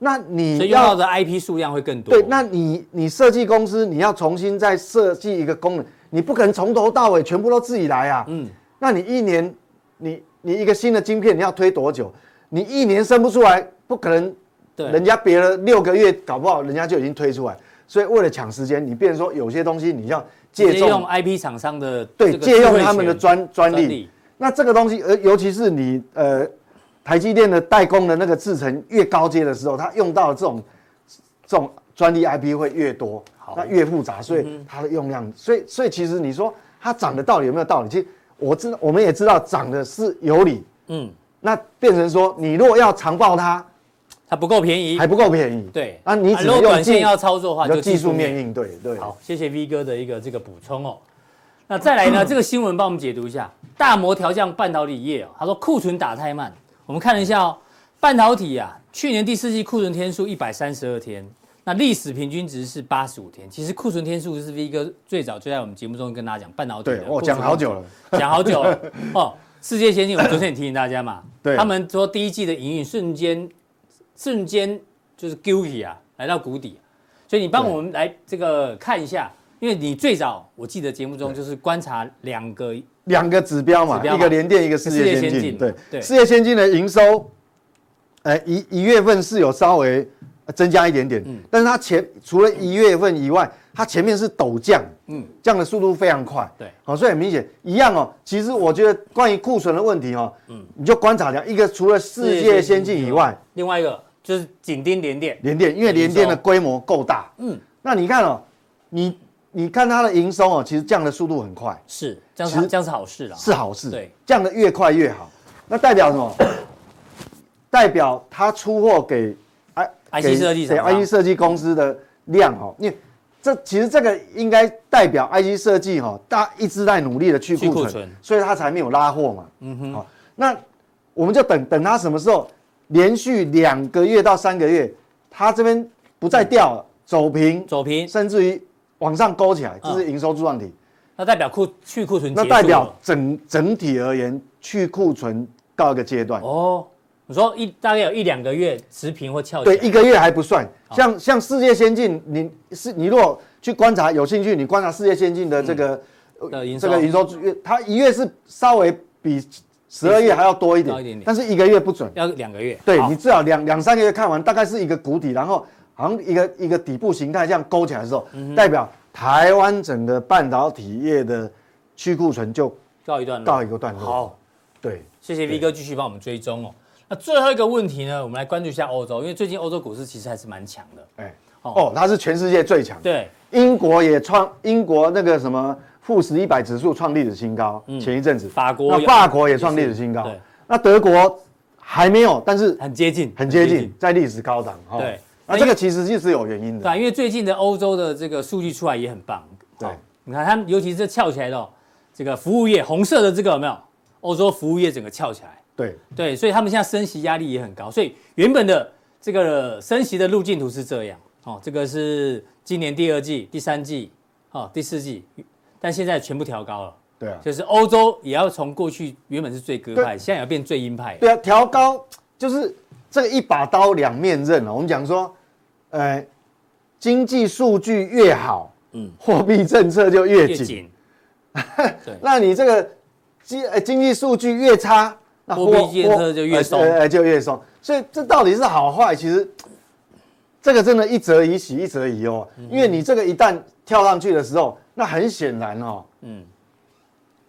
[SPEAKER 3] 那
[SPEAKER 1] 所
[SPEAKER 3] 你
[SPEAKER 1] 以用到
[SPEAKER 3] 要
[SPEAKER 1] 的 IP 数量会更多，
[SPEAKER 3] 对，那你你设计公司你要重新再设计一个功能，你不可能从头到尾全部都自己来啊。
[SPEAKER 1] 嗯，
[SPEAKER 3] 那你一年，你你一个新的晶片你要推多久？你一年生不出来，不可能
[SPEAKER 1] 对，
[SPEAKER 3] 人家别了六个月，搞不好人家就已经推出来。所以为了抢时间，你变成说有些东西你要借
[SPEAKER 1] 直接
[SPEAKER 3] 重
[SPEAKER 1] 用 IP 厂商的
[SPEAKER 3] 对，
[SPEAKER 1] 这个
[SPEAKER 3] 借
[SPEAKER 1] 智
[SPEAKER 3] 用
[SPEAKER 1] 慧
[SPEAKER 3] 他们的
[SPEAKER 1] 权
[SPEAKER 3] 专专
[SPEAKER 1] 专
[SPEAKER 3] 利。，那这个东西，呃，尤其是你呃，台积电的代工的那个制程越高阶的时候，它用到的这种这种专利 IP 会越多，那越复杂，所以它的用量，所以所以其实你说它涨的道理有没有道理？其实我知道，我们也知道涨的是有理。
[SPEAKER 1] 嗯，
[SPEAKER 3] 那变成说，你如果要长报它，
[SPEAKER 1] 它不够便宜
[SPEAKER 3] 还，不够便宜。
[SPEAKER 1] 对，
[SPEAKER 3] 啊，你只
[SPEAKER 1] 如
[SPEAKER 3] 能
[SPEAKER 1] 果
[SPEAKER 3] 用
[SPEAKER 1] 短
[SPEAKER 3] 技
[SPEAKER 1] 线要操作的话，
[SPEAKER 3] 你
[SPEAKER 1] 就
[SPEAKER 3] 就技术面应对，对。
[SPEAKER 1] 好，谢谢 V 哥的一个这个补充哦。那再来 呢，这个新闻帮我们解读一下，大摩调降半导体业哦。他说库存打太慢，我们看了一下哦，半导体啊，去年第四季库存天数一百三十二天，那历史平均值是八十五天。其实库存天数是 V 哥最早就在我们节目中跟大家讲半导体的
[SPEAKER 3] 对
[SPEAKER 1] 库，存。
[SPEAKER 3] 我讲好久了。
[SPEAKER 1] 讲好久 了哦。世界先进，我昨天也提醒大家嘛，
[SPEAKER 3] 对
[SPEAKER 1] 他们说第一季的营运瞬间瞬间就是 g u i y 啊，来到谷底，所以你帮
[SPEAKER 3] 对
[SPEAKER 1] 我们来这个看一下，因为你最早我记得节目中就是观察两个
[SPEAKER 3] 两个指标嘛，
[SPEAKER 1] 指标嘛
[SPEAKER 3] 一个联电，一个世界
[SPEAKER 1] 世界
[SPEAKER 3] 先进。
[SPEAKER 1] 先进
[SPEAKER 3] 对，
[SPEAKER 1] 对
[SPEAKER 3] 世界先进的营收，呃，一一月份是有稍微呃增加一点点，但是它前除了一月份以外，它前面是陡降，嗯，降的速度非常快。
[SPEAKER 1] 对
[SPEAKER 3] 好，所以很明显一样哦。其实我觉得关于库存的问题哦，嗯，你就观察一下，一个除了世界先进以外，，
[SPEAKER 1] 另外一个就是紧盯联电，
[SPEAKER 3] 联电，因为联电的规模够大，嗯，那你看哦，你你看它的营收哦，其实降的速度很快，
[SPEAKER 1] 是这样
[SPEAKER 3] 其
[SPEAKER 1] 是
[SPEAKER 3] 实
[SPEAKER 1] 这样是好事啦，
[SPEAKER 3] 是好事，
[SPEAKER 1] 对，
[SPEAKER 3] 降得越快越好。那代表 什么？代表他出货给 I
[SPEAKER 1] IC 设计厂
[SPEAKER 3] 给
[SPEAKER 1] 商
[SPEAKER 3] IC 设计公司的量哦，因为这其实这个应该代表 IC 设计哈，大一直在努力的去
[SPEAKER 1] 去库
[SPEAKER 3] 库存
[SPEAKER 1] 存，
[SPEAKER 3] 所以它才没有拉货嘛。嗯哼，好，那我们就等等它什么时候连续两个月到三个月，它这边不再掉了，走平，
[SPEAKER 1] 走平，嗯
[SPEAKER 3] 甚至于往上勾起来，这是营收柱状体。
[SPEAKER 1] 那代表库去库存结
[SPEAKER 3] 那
[SPEAKER 1] 束
[SPEAKER 3] 代表
[SPEAKER 1] 了
[SPEAKER 3] 整整体而言，去库存到一个阶段，
[SPEAKER 1] 哦，你说一大概有一两个月持平或翘起
[SPEAKER 3] 对，
[SPEAKER 1] 来，
[SPEAKER 3] 一个月还不算。像像世界先进，你是你如果去观察，有兴趣你观察世界先进的这个
[SPEAKER 1] 的嗯营
[SPEAKER 3] 这
[SPEAKER 1] 收
[SPEAKER 3] 个营收月，它一月是稍微比十二月还要多一
[SPEAKER 1] 高一点
[SPEAKER 3] 点
[SPEAKER 1] 点，
[SPEAKER 3] 但是一个月不准。
[SPEAKER 1] 要两个月，
[SPEAKER 3] 对
[SPEAKER 1] 好
[SPEAKER 3] 你至少两两三个月看完，大概是一个谷底，然后好像一个一个底部形态这样勾起来的时候，
[SPEAKER 1] 嗯
[SPEAKER 3] 代表台湾整个半导体业的去库存就
[SPEAKER 1] 告一段落，
[SPEAKER 3] 告一个段落
[SPEAKER 1] 好，
[SPEAKER 3] 对。
[SPEAKER 1] 谢谢 V 哥继续帮我们追踪哦。那最后一个问题呢，我们来关注一下欧洲，因为最近欧洲股市其实还是蛮强的。
[SPEAKER 3] 哎，
[SPEAKER 1] 哦
[SPEAKER 3] 哦，它是全世界最强。，
[SPEAKER 1] 对，
[SPEAKER 3] 英国也创英国那个什么富时一百指数创历史新高，前一阵子。
[SPEAKER 1] 法国
[SPEAKER 3] 那
[SPEAKER 1] 有
[SPEAKER 3] 嗯法国也创历史新高
[SPEAKER 1] 对，
[SPEAKER 3] 那德国还没有，但是
[SPEAKER 1] 很接近，
[SPEAKER 3] 很接近，。哎在历史高档。哈
[SPEAKER 1] 对
[SPEAKER 3] 那这个其实是有原因
[SPEAKER 1] 对啊，
[SPEAKER 3] 的。
[SPEAKER 1] 因为最近的欧洲的这个数据出来也很棒。
[SPEAKER 3] 对
[SPEAKER 1] 好，你看他们，尤其是这翘起来的、哦、这个服务业，红色的这个有没有？欧洲服务业整个翘起来，
[SPEAKER 3] 对，
[SPEAKER 1] 对，所以他们现在升息压力也很高，所以原本的这个升息的路径图是这样，哦，这个是今年第二季、第三季、哦第四季，但现在全部调高了。
[SPEAKER 3] 对啊，
[SPEAKER 1] 就是欧洲也要从过去原本是最鸽派，
[SPEAKER 3] 对
[SPEAKER 1] 现在要变最鹰派。
[SPEAKER 3] 对啊，调高就是这个一把刀两面刃啊。我们讲说，呃，经济数据越好，
[SPEAKER 1] 嗯
[SPEAKER 3] 嗯，货币政策就越
[SPEAKER 1] 越
[SPEAKER 3] 紧。
[SPEAKER 1] 紧，
[SPEAKER 3] 那你这个经呃经济数据越差，那
[SPEAKER 1] 货币政策就越松
[SPEAKER 3] 呃呃呃就越松。所以这到底是好坏？其实这个真的一则以喜，一则以忧啊。
[SPEAKER 1] 嗯
[SPEAKER 3] 因为你这个一旦跳上去的时候，那很显然哦，
[SPEAKER 1] 嗯，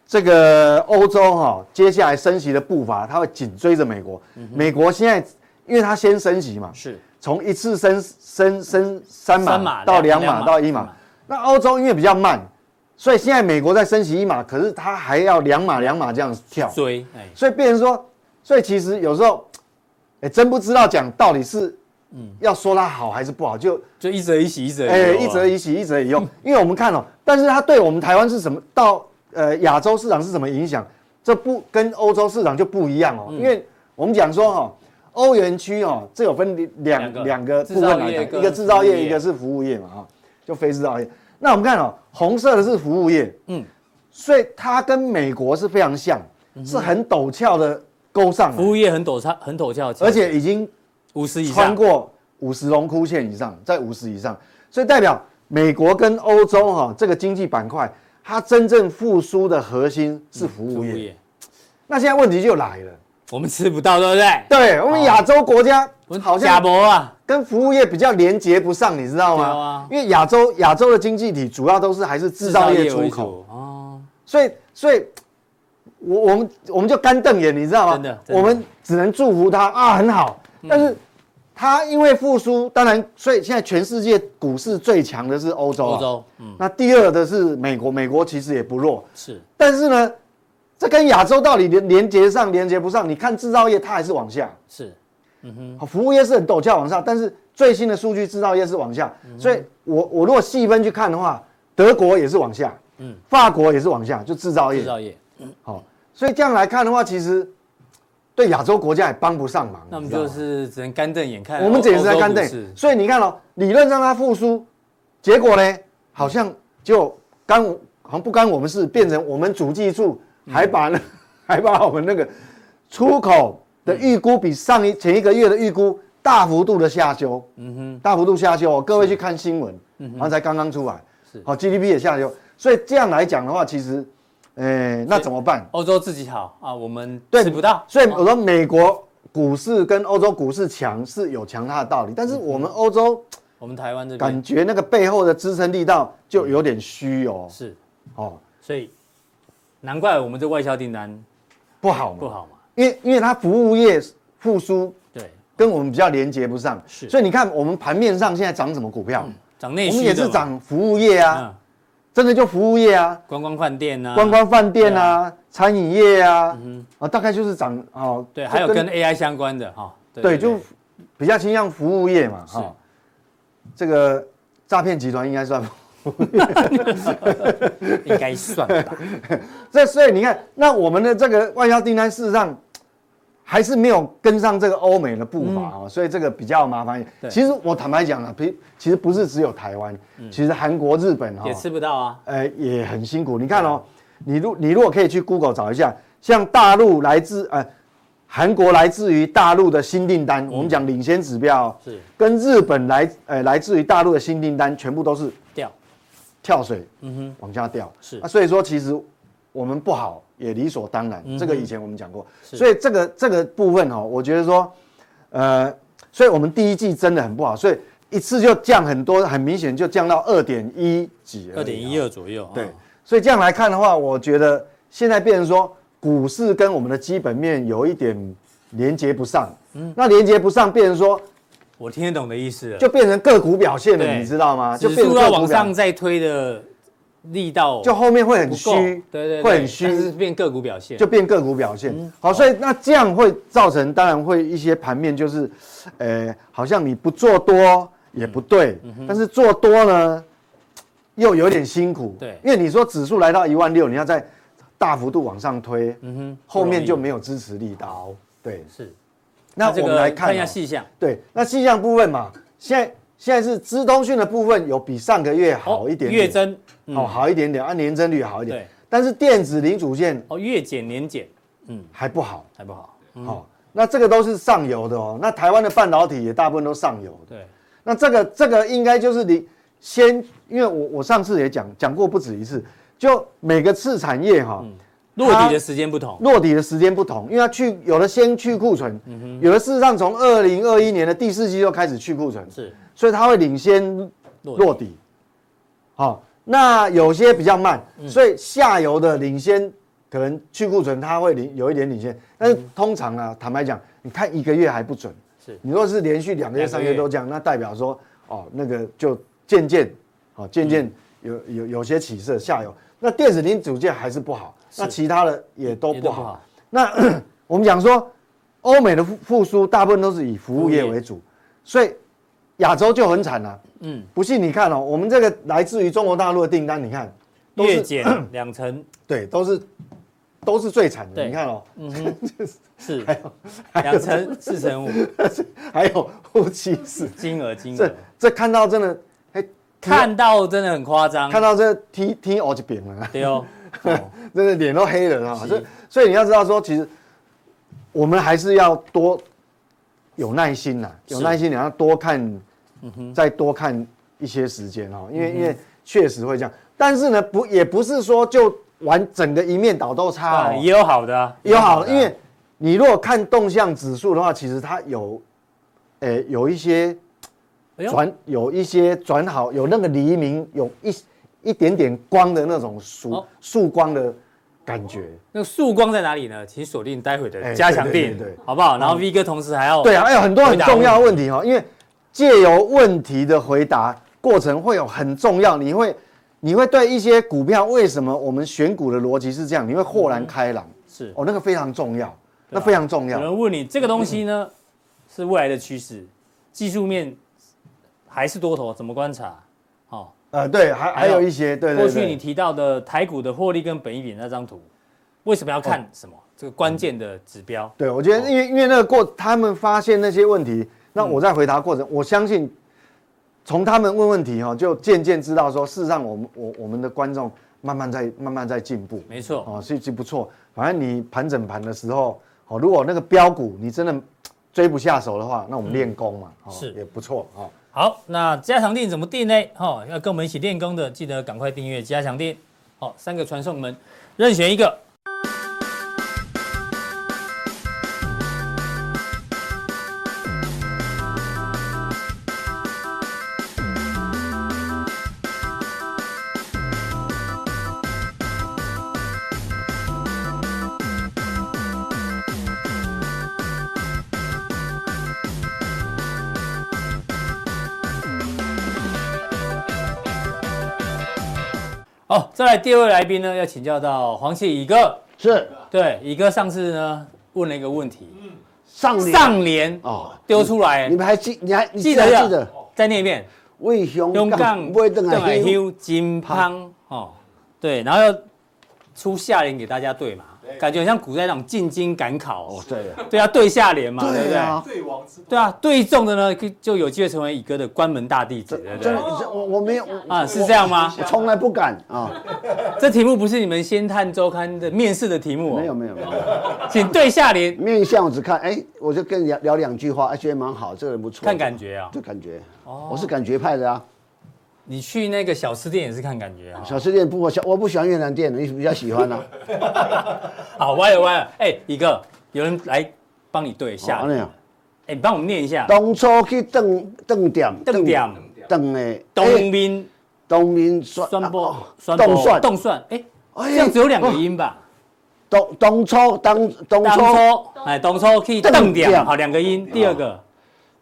[SPEAKER 3] 这个欧洲哈、接下来升息的步伐，它会紧追着美国。
[SPEAKER 1] 嗯
[SPEAKER 3] 美国现在因为它先升息嘛，
[SPEAKER 1] 是
[SPEAKER 3] 从一次升升升三
[SPEAKER 1] 三码
[SPEAKER 3] 码到
[SPEAKER 1] 两
[SPEAKER 3] 两
[SPEAKER 1] 两
[SPEAKER 3] 码
[SPEAKER 1] 码
[SPEAKER 3] 到一
[SPEAKER 1] 一
[SPEAKER 3] 码
[SPEAKER 1] 码，
[SPEAKER 3] 那欧洲因为比较慢，所以现在美国在升息一码，可是它还要两码两码这样跳，
[SPEAKER 1] 追，哎，
[SPEAKER 3] 所以变成说，所以其实有时候，哎、真不知道讲到底是，
[SPEAKER 1] 嗯
[SPEAKER 3] 要说它好还是不好，就
[SPEAKER 1] 就一则以喜，一则以忧啊
[SPEAKER 3] 哎、一则以喜，一则以 忧，因为我们看哦，但是它对我们台湾是什么到呃亚洲市场是什么影响，这不跟欧洲市场就不一样哦，
[SPEAKER 1] 嗯
[SPEAKER 3] 因为我们讲说哈、哦，欧元区哦，这有分
[SPEAKER 1] 两个
[SPEAKER 3] 两两个部分
[SPEAKER 1] 制
[SPEAKER 3] 来
[SPEAKER 1] 造业
[SPEAKER 3] 讲，
[SPEAKER 1] 跟
[SPEAKER 3] 一个制造
[SPEAKER 1] 服务
[SPEAKER 3] 业，
[SPEAKER 1] 业
[SPEAKER 3] 一个是服务业嘛哈、就非制造业。那我们看哦，红色的是服务业，
[SPEAKER 1] 嗯嗯
[SPEAKER 3] 嗯，所以它跟美国是非常像，是很陡峭的勾上来，
[SPEAKER 1] 服务业很陡峭，很陡峭，
[SPEAKER 3] 而且已经
[SPEAKER 1] 五十以上
[SPEAKER 3] 穿过五十龙枯线以上，在五十以上，所以代表美国跟欧洲哈、这个经济板块，它真正复苏的核心是嗯服务业。，那现在问题就来了，
[SPEAKER 1] 我们吃不到，对不对？
[SPEAKER 3] 对我们亚洲国家
[SPEAKER 1] 我们
[SPEAKER 3] 好
[SPEAKER 1] 假
[SPEAKER 3] 像
[SPEAKER 1] 博啊，
[SPEAKER 3] 跟服务业比较连接不上，你知道吗？
[SPEAKER 1] 对啊
[SPEAKER 3] 因为亚洲亚洲的经济体主要都是还是制造业出
[SPEAKER 1] 为
[SPEAKER 3] 口，
[SPEAKER 1] 主哦，
[SPEAKER 3] 所以，所以，我我们我们就干瞪眼，你知道吗？
[SPEAKER 1] 真的真的嗯
[SPEAKER 3] 我们只能祝福他啊，很好。但是，他因为复苏，当然，所以现在全世界股市最强的是欧洲、啊
[SPEAKER 1] 欧，洲，嗯，
[SPEAKER 3] 那第二的是美国，美国其实也不弱。
[SPEAKER 1] 是
[SPEAKER 3] 但是呢，这跟亚洲到底连连接上连接不上？你看制造业，它还是往下。
[SPEAKER 1] 是，嗯
[SPEAKER 3] 好服务业是很陡峭往上，但是最新的数据制造业是往下，
[SPEAKER 1] 嗯
[SPEAKER 3] 所以我我如果细分去看的话，德国也是往下，
[SPEAKER 1] 嗯
[SPEAKER 3] 嗯，法国也是往下，就制造业
[SPEAKER 1] 制，造业。
[SPEAKER 3] 好、所以这样来看的话，其实对亚洲国家也帮不上忙。
[SPEAKER 1] 那我们
[SPEAKER 3] 你知道
[SPEAKER 1] 就
[SPEAKER 3] 吗
[SPEAKER 1] 是只能干瞪眼看欧。
[SPEAKER 3] 我们只是在
[SPEAKER 1] 欧洲
[SPEAKER 3] 干
[SPEAKER 1] 股
[SPEAKER 3] 瞪
[SPEAKER 1] 市
[SPEAKER 3] 眼，所以你看哦，理论上它复苏，结果呢，好像就干我好像不干我们事，变成我们主技术
[SPEAKER 1] 嗯
[SPEAKER 3] 还把那、 还把我们那个出口的预估比上一前一个月的预估大幅度的下修，嗯哼，大幅度下修、哦，各位去看新闻，然后才刚刚出来，
[SPEAKER 1] 嗯是
[SPEAKER 3] 好、GDP 也下修，所以这样来讲的话，其实，呃，那怎么办？
[SPEAKER 1] 欧洲自己好啊，我们
[SPEAKER 3] 对
[SPEAKER 1] 吃不到，
[SPEAKER 3] 所以我说美国股市跟欧洲股市强是有强大的道理，但是我们欧洲
[SPEAKER 1] 我们台湾这
[SPEAKER 3] 感
[SPEAKER 1] 边
[SPEAKER 3] 觉那个背后的支撑力道就有点虚哦，
[SPEAKER 1] 是，
[SPEAKER 3] 哦
[SPEAKER 1] 所以难怪我们这外销订单
[SPEAKER 3] 不好嘛
[SPEAKER 1] 不，好嘛。
[SPEAKER 3] 因为因为它服务业复苏
[SPEAKER 1] 对，
[SPEAKER 3] 跟我们比较连接不上，
[SPEAKER 1] 是
[SPEAKER 3] 所以你看我们盘面上现在涨什么股票，
[SPEAKER 1] 涨内
[SPEAKER 3] 我
[SPEAKER 1] 需
[SPEAKER 3] 们也
[SPEAKER 1] 的
[SPEAKER 3] 是
[SPEAKER 1] 嘛，
[SPEAKER 3] 涨服务业啊，
[SPEAKER 1] 嗯，
[SPEAKER 3] 真的就服务业啊，
[SPEAKER 1] 观光饭店啊，
[SPEAKER 3] 观光饭店啊，餐饮业啊
[SPEAKER 1] 嗯，
[SPEAKER 3] 啊大概就是涨哦，
[SPEAKER 1] 对，
[SPEAKER 3] 就
[SPEAKER 1] 还有跟 AI 相关的哈，
[SPEAKER 3] 对，就比较倾向服务业嘛，哦
[SPEAKER 1] 是
[SPEAKER 3] 哈。这个诈骗集团应该算
[SPEAKER 1] 应该算 吧。
[SPEAKER 3] 这所以你看，那我们的这个外销订单事实上还是没有跟上这个欧美的步伐哦，所以这个比较麻烦一点。
[SPEAKER 1] 嗯对
[SPEAKER 3] 其实我坦白讲了，比其实不是只有台湾，其实韩国、日本哈、
[SPEAKER 1] 嗯
[SPEAKER 3] 哦
[SPEAKER 1] 也吃不到啊。
[SPEAKER 3] 呃，也很辛苦。你看哦，你如你如果可以去 Google 找一下，像大陆来自呃韩国来自于大陆的新订单，我们讲领先指标、哦，
[SPEAKER 1] 嗯是
[SPEAKER 3] 跟日本来呃来自于大陆的新订单，全部都是
[SPEAKER 1] 掉，
[SPEAKER 3] 跳水
[SPEAKER 1] 嗯哼，
[SPEAKER 3] 往下掉。
[SPEAKER 1] 是
[SPEAKER 3] 啊，所以说其实我们不好也理所当然，
[SPEAKER 1] 嗯哼
[SPEAKER 3] 这个以前我们讲过。
[SPEAKER 1] 是
[SPEAKER 3] 所以这个这个部分哦，我觉得说，呃，所以我们第一季真的很不好，所以一次就降很多，很明显就降到二点一几而已哦，
[SPEAKER 1] 二点一二左右。
[SPEAKER 3] 对
[SPEAKER 1] 哦，
[SPEAKER 3] 所以这样来看的话，我觉得现在变成说股市跟我们的基本面有一点连接不上，嗯，那连接不上，变成说
[SPEAKER 1] 我听得懂的意思了。
[SPEAKER 3] 就变成个股表现了，
[SPEAKER 1] 对
[SPEAKER 3] 你知道吗？就
[SPEAKER 1] 指
[SPEAKER 3] 变成
[SPEAKER 1] 数
[SPEAKER 3] 个
[SPEAKER 1] 要
[SPEAKER 3] 股
[SPEAKER 1] 往
[SPEAKER 3] 表
[SPEAKER 1] 上，再推的力道
[SPEAKER 3] 就后面会很
[SPEAKER 1] 不
[SPEAKER 3] 虚
[SPEAKER 1] 够，对，对，对
[SPEAKER 3] 会很虚
[SPEAKER 1] 但是变个股表现。
[SPEAKER 3] 就变个股表现。
[SPEAKER 1] 嗯
[SPEAKER 3] 好，所以那这样会造成，当然会一些盘面就是，呃，好像你不做多也不对，
[SPEAKER 1] 嗯
[SPEAKER 3] 但是做多呢又有点辛苦。
[SPEAKER 1] 对
[SPEAKER 3] 因为你说指数来到一万六，你要再大幅度往上推，
[SPEAKER 1] 嗯哼，
[SPEAKER 3] 后面就
[SPEAKER 1] 不容易
[SPEAKER 3] 没有支持力道。对，
[SPEAKER 1] 是。
[SPEAKER 3] 那
[SPEAKER 1] 这
[SPEAKER 3] 我
[SPEAKER 1] 个
[SPEAKER 3] 们来看,、啊
[SPEAKER 1] 一下细项。
[SPEAKER 3] 对，那细项部分嘛，现在现在是资通讯的部分有比上个月好一点
[SPEAKER 1] 哦
[SPEAKER 3] 点，
[SPEAKER 1] 月增嗯
[SPEAKER 3] 哦好一点点，按年增率好一
[SPEAKER 1] 对
[SPEAKER 3] 点，但是电子零主线
[SPEAKER 1] 哦，月减年减
[SPEAKER 3] 还不好，
[SPEAKER 1] 还不好。
[SPEAKER 3] 好、那这个都是上游的哦，那台湾的半导体也大部分都上游的，
[SPEAKER 1] 对，
[SPEAKER 3] 那这个这个应该就是你先，因为我我上次也讲讲过不止一次，就每个次产业哈、
[SPEAKER 1] 落底的时间不同。
[SPEAKER 3] 落底的时间不同，因为它去有的先去库存，有的事实上从二零二一年的第四季就开始去库存，
[SPEAKER 1] 是
[SPEAKER 3] 所以它会领先
[SPEAKER 1] 落
[SPEAKER 3] 落底。好、那有些比较慢，
[SPEAKER 1] 嗯
[SPEAKER 3] 所以下游的领先可能去库存，它会领有一点领先，但是通常啊，坦白讲，你看一个月还不准，
[SPEAKER 1] 嗯是
[SPEAKER 3] 你若是连续两个月、
[SPEAKER 1] 两个
[SPEAKER 3] 三个月
[SPEAKER 1] 月
[SPEAKER 3] 都这样，那代表说哦，那个就渐渐哦，渐
[SPEAKER 1] 嗯
[SPEAKER 3] 渐有有有些起色，下游那电子零组件还是不好，那其他的也都
[SPEAKER 1] 也
[SPEAKER 3] 不
[SPEAKER 1] 都不
[SPEAKER 3] 好
[SPEAKER 1] 好。
[SPEAKER 3] 那 我们讲说，欧美的复复苏大部分都是以服务业
[SPEAKER 1] 服务业
[SPEAKER 3] 为主，所以亚洲就很惨了、啊
[SPEAKER 1] 嗯，
[SPEAKER 3] 不信你看哦，我们这个来自于中国大陆的订单，你看都
[SPEAKER 1] 月
[SPEAKER 3] 是
[SPEAKER 1] 减 两成，
[SPEAKER 3] 对，都是都是最惨的。
[SPEAKER 1] 对
[SPEAKER 3] 你看哦，
[SPEAKER 1] 嗯 哼，是两成四成五，
[SPEAKER 3] 还有 后期是
[SPEAKER 1] 金额金额
[SPEAKER 3] 这。这看到真的，哎，
[SPEAKER 1] 看到真的很夸张，
[SPEAKER 3] 看到这踢踢哦就扁了，
[SPEAKER 1] 对 哦，哦
[SPEAKER 3] 真的脸都黑了啊！
[SPEAKER 1] 是
[SPEAKER 3] 所以所以你要知道说，其实我们还是要多有耐心呐，有
[SPEAKER 1] 是嗯
[SPEAKER 3] 耐心，你要多看，再多看一些时间哦，因为因为确实会这样，但是呢，不也不是说就完整个一面倒都差
[SPEAKER 1] 啊
[SPEAKER 3] 哦，
[SPEAKER 1] 也有好的啊，
[SPEAKER 3] 有好，
[SPEAKER 1] 的啊
[SPEAKER 3] 因为你如果看动向指数的话，其实它有，诶、有一些
[SPEAKER 1] 哎呦
[SPEAKER 3] 转、有一些转好，有那个黎明，有一一点点光的那种曙
[SPEAKER 1] 哦
[SPEAKER 3] 曙、光的感觉。
[SPEAKER 1] 那个曙光在哪里呢？请锁定待会的
[SPEAKER 3] 哎
[SPEAKER 1] 加强
[SPEAKER 3] 对
[SPEAKER 1] 店
[SPEAKER 3] 对对对，嗯
[SPEAKER 1] 好不好？然后 V 哥同时还要
[SPEAKER 3] 对啊，还有很多
[SPEAKER 1] 哦回
[SPEAKER 3] 很
[SPEAKER 1] 答
[SPEAKER 3] 重要的问题哦哈，因为借由问题的回答过程会有很重要，你会你会对一些股票为什么我们选股的逻辑是这样，你会豁然开朗、
[SPEAKER 1] 是
[SPEAKER 3] 哦，那个非常重要，
[SPEAKER 1] 啊
[SPEAKER 3] 那非常重
[SPEAKER 1] 有
[SPEAKER 3] 要。
[SPEAKER 1] 人问你这个东西呢是未来的趋势，技术面还是多头，怎么观察？哦，
[SPEAKER 3] 呃，对，还还有一些对对
[SPEAKER 1] 过
[SPEAKER 3] 对。
[SPEAKER 1] 去你提到的台股的获利跟本益比那张图，为什么要
[SPEAKER 3] 哦
[SPEAKER 1] 看什么这个关键的指标？
[SPEAKER 3] 对，我觉得因为因为那个过，他们发现那些问题，那我在回答过程，我相信从他们问问题哈、就渐渐知道说，事实上我们我我们的观众慢慢在慢慢在进步，
[SPEAKER 1] 没错，
[SPEAKER 3] 哦，是是不错。反正你盘整盘的时候，哦，如果那个标股你真的追不下手的话，那我们练功嘛，哦，
[SPEAKER 1] 是
[SPEAKER 3] 也不错哦。
[SPEAKER 1] 好，那加强定怎么定呢？哦，要跟我们一起练功的，记得赶快订阅加强定。好、三个传送门，任选一个。哦，再来第二位来宾呢，要请教到黄启乙哥。
[SPEAKER 2] 是
[SPEAKER 1] 对，乙哥上次呢问了一个问题，
[SPEAKER 2] 上联
[SPEAKER 1] 上联
[SPEAKER 2] 哦，
[SPEAKER 1] 丢出来
[SPEAKER 2] 你，们还记你还你
[SPEAKER 1] 记
[SPEAKER 2] 还
[SPEAKER 1] 得的
[SPEAKER 2] 记得？，
[SPEAKER 1] 再念一遍。
[SPEAKER 2] 为香
[SPEAKER 1] 香港
[SPEAKER 2] 港买等
[SPEAKER 1] 邓
[SPEAKER 2] 来
[SPEAKER 1] 海
[SPEAKER 2] 香。
[SPEAKER 1] 休金胖哦，对，然后要出下联给大家对嘛，感觉很像古代那种进京赶考
[SPEAKER 2] 哦
[SPEAKER 1] 哦，，
[SPEAKER 2] 对啊，
[SPEAKER 1] 对啊，对下联嘛，对不
[SPEAKER 2] 对
[SPEAKER 1] 对？
[SPEAKER 2] 啊，
[SPEAKER 5] 对王之
[SPEAKER 1] 对啊，对中的呢，就就有机会成为乙哥的关门大弟子，对
[SPEAKER 2] 真
[SPEAKER 1] 不对
[SPEAKER 2] 真的？，
[SPEAKER 5] 对
[SPEAKER 2] 这我我没有，我
[SPEAKER 1] 啊，是这样吗？
[SPEAKER 2] 我从来不敢啊，
[SPEAKER 1] 这题目不是你们《先探周刊》的面试的题目哦，
[SPEAKER 2] 没有没有没有。
[SPEAKER 1] 请对下联
[SPEAKER 2] 面相我只看，哎，我就跟人聊聊两句话，哎，觉得蛮好，这个人不错。
[SPEAKER 1] 看感觉啊。
[SPEAKER 2] 就感觉，我是感觉派的啊。
[SPEAKER 1] 你去那个小吃店也是看感觉啊。
[SPEAKER 2] 小吃店不，我小我不喜欢越南店，你比较 喜欢啊？
[SPEAKER 1] 好，歪了歪了，哎，乙哥，有人来帮你对下
[SPEAKER 2] 哦
[SPEAKER 1] 联，
[SPEAKER 2] 那样。
[SPEAKER 1] 哎，你帮我们念一下。
[SPEAKER 2] 当初去邓邓店，
[SPEAKER 1] 邓店
[SPEAKER 2] 邓诶，
[SPEAKER 1] 东
[SPEAKER 2] 哎
[SPEAKER 1] 兵
[SPEAKER 2] 东民酸
[SPEAKER 1] 酸波
[SPEAKER 2] 啊哦
[SPEAKER 1] 酸
[SPEAKER 2] 冻
[SPEAKER 1] 波
[SPEAKER 2] 蒜
[SPEAKER 1] 冻蒜，哎，
[SPEAKER 2] 哎
[SPEAKER 1] 这样只有两个音吧？
[SPEAKER 2] 东东初当东
[SPEAKER 1] 当
[SPEAKER 2] 初哦
[SPEAKER 1] 初哎，当初去邓
[SPEAKER 2] 邓
[SPEAKER 1] 点，
[SPEAKER 2] 店
[SPEAKER 1] 好，两个音。第二个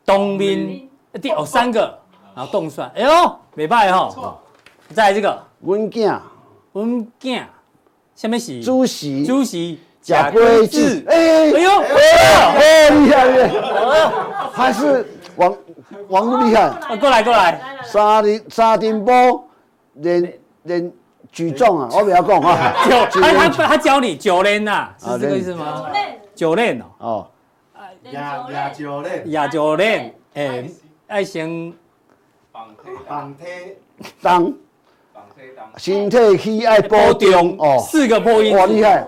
[SPEAKER 1] 东兵，第哦三个，然后冻蒜，哎呦，没败哦。再来这个，
[SPEAKER 2] 阮囝
[SPEAKER 1] 阮囝，下面是
[SPEAKER 2] 主席
[SPEAKER 1] 主席
[SPEAKER 2] 食龟子，哎
[SPEAKER 1] 哎
[SPEAKER 2] 哎
[SPEAKER 1] 呦，
[SPEAKER 2] 哎，厉害 厉害，还是王王
[SPEAKER 4] 哦
[SPEAKER 2] 厉害，
[SPEAKER 1] 啊过来过来，
[SPEAKER 2] 沙丁沙丁波连连举重啊，我不要讲 啊，
[SPEAKER 1] 九，
[SPEAKER 2] 九
[SPEAKER 1] 他他他教你九连呐，是
[SPEAKER 2] 啊
[SPEAKER 1] 这个意思
[SPEAKER 4] 九
[SPEAKER 1] 吗？
[SPEAKER 4] 练，
[SPEAKER 1] 九连哦，
[SPEAKER 2] 哦，
[SPEAKER 5] 亚亚九嘞，
[SPEAKER 1] 呀九连，哎
[SPEAKER 4] 哎，
[SPEAKER 1] 爱先
[SPEAKER 5] 绑腿绑腿
[SPEAKER 2] 当
[SPEAKER 5] 绑腿绑
[SPEAKER 2] 身体去爱保重哦，
[SPEAKER 1] 四个破音，
[SPEAKER 2] 哇厉害，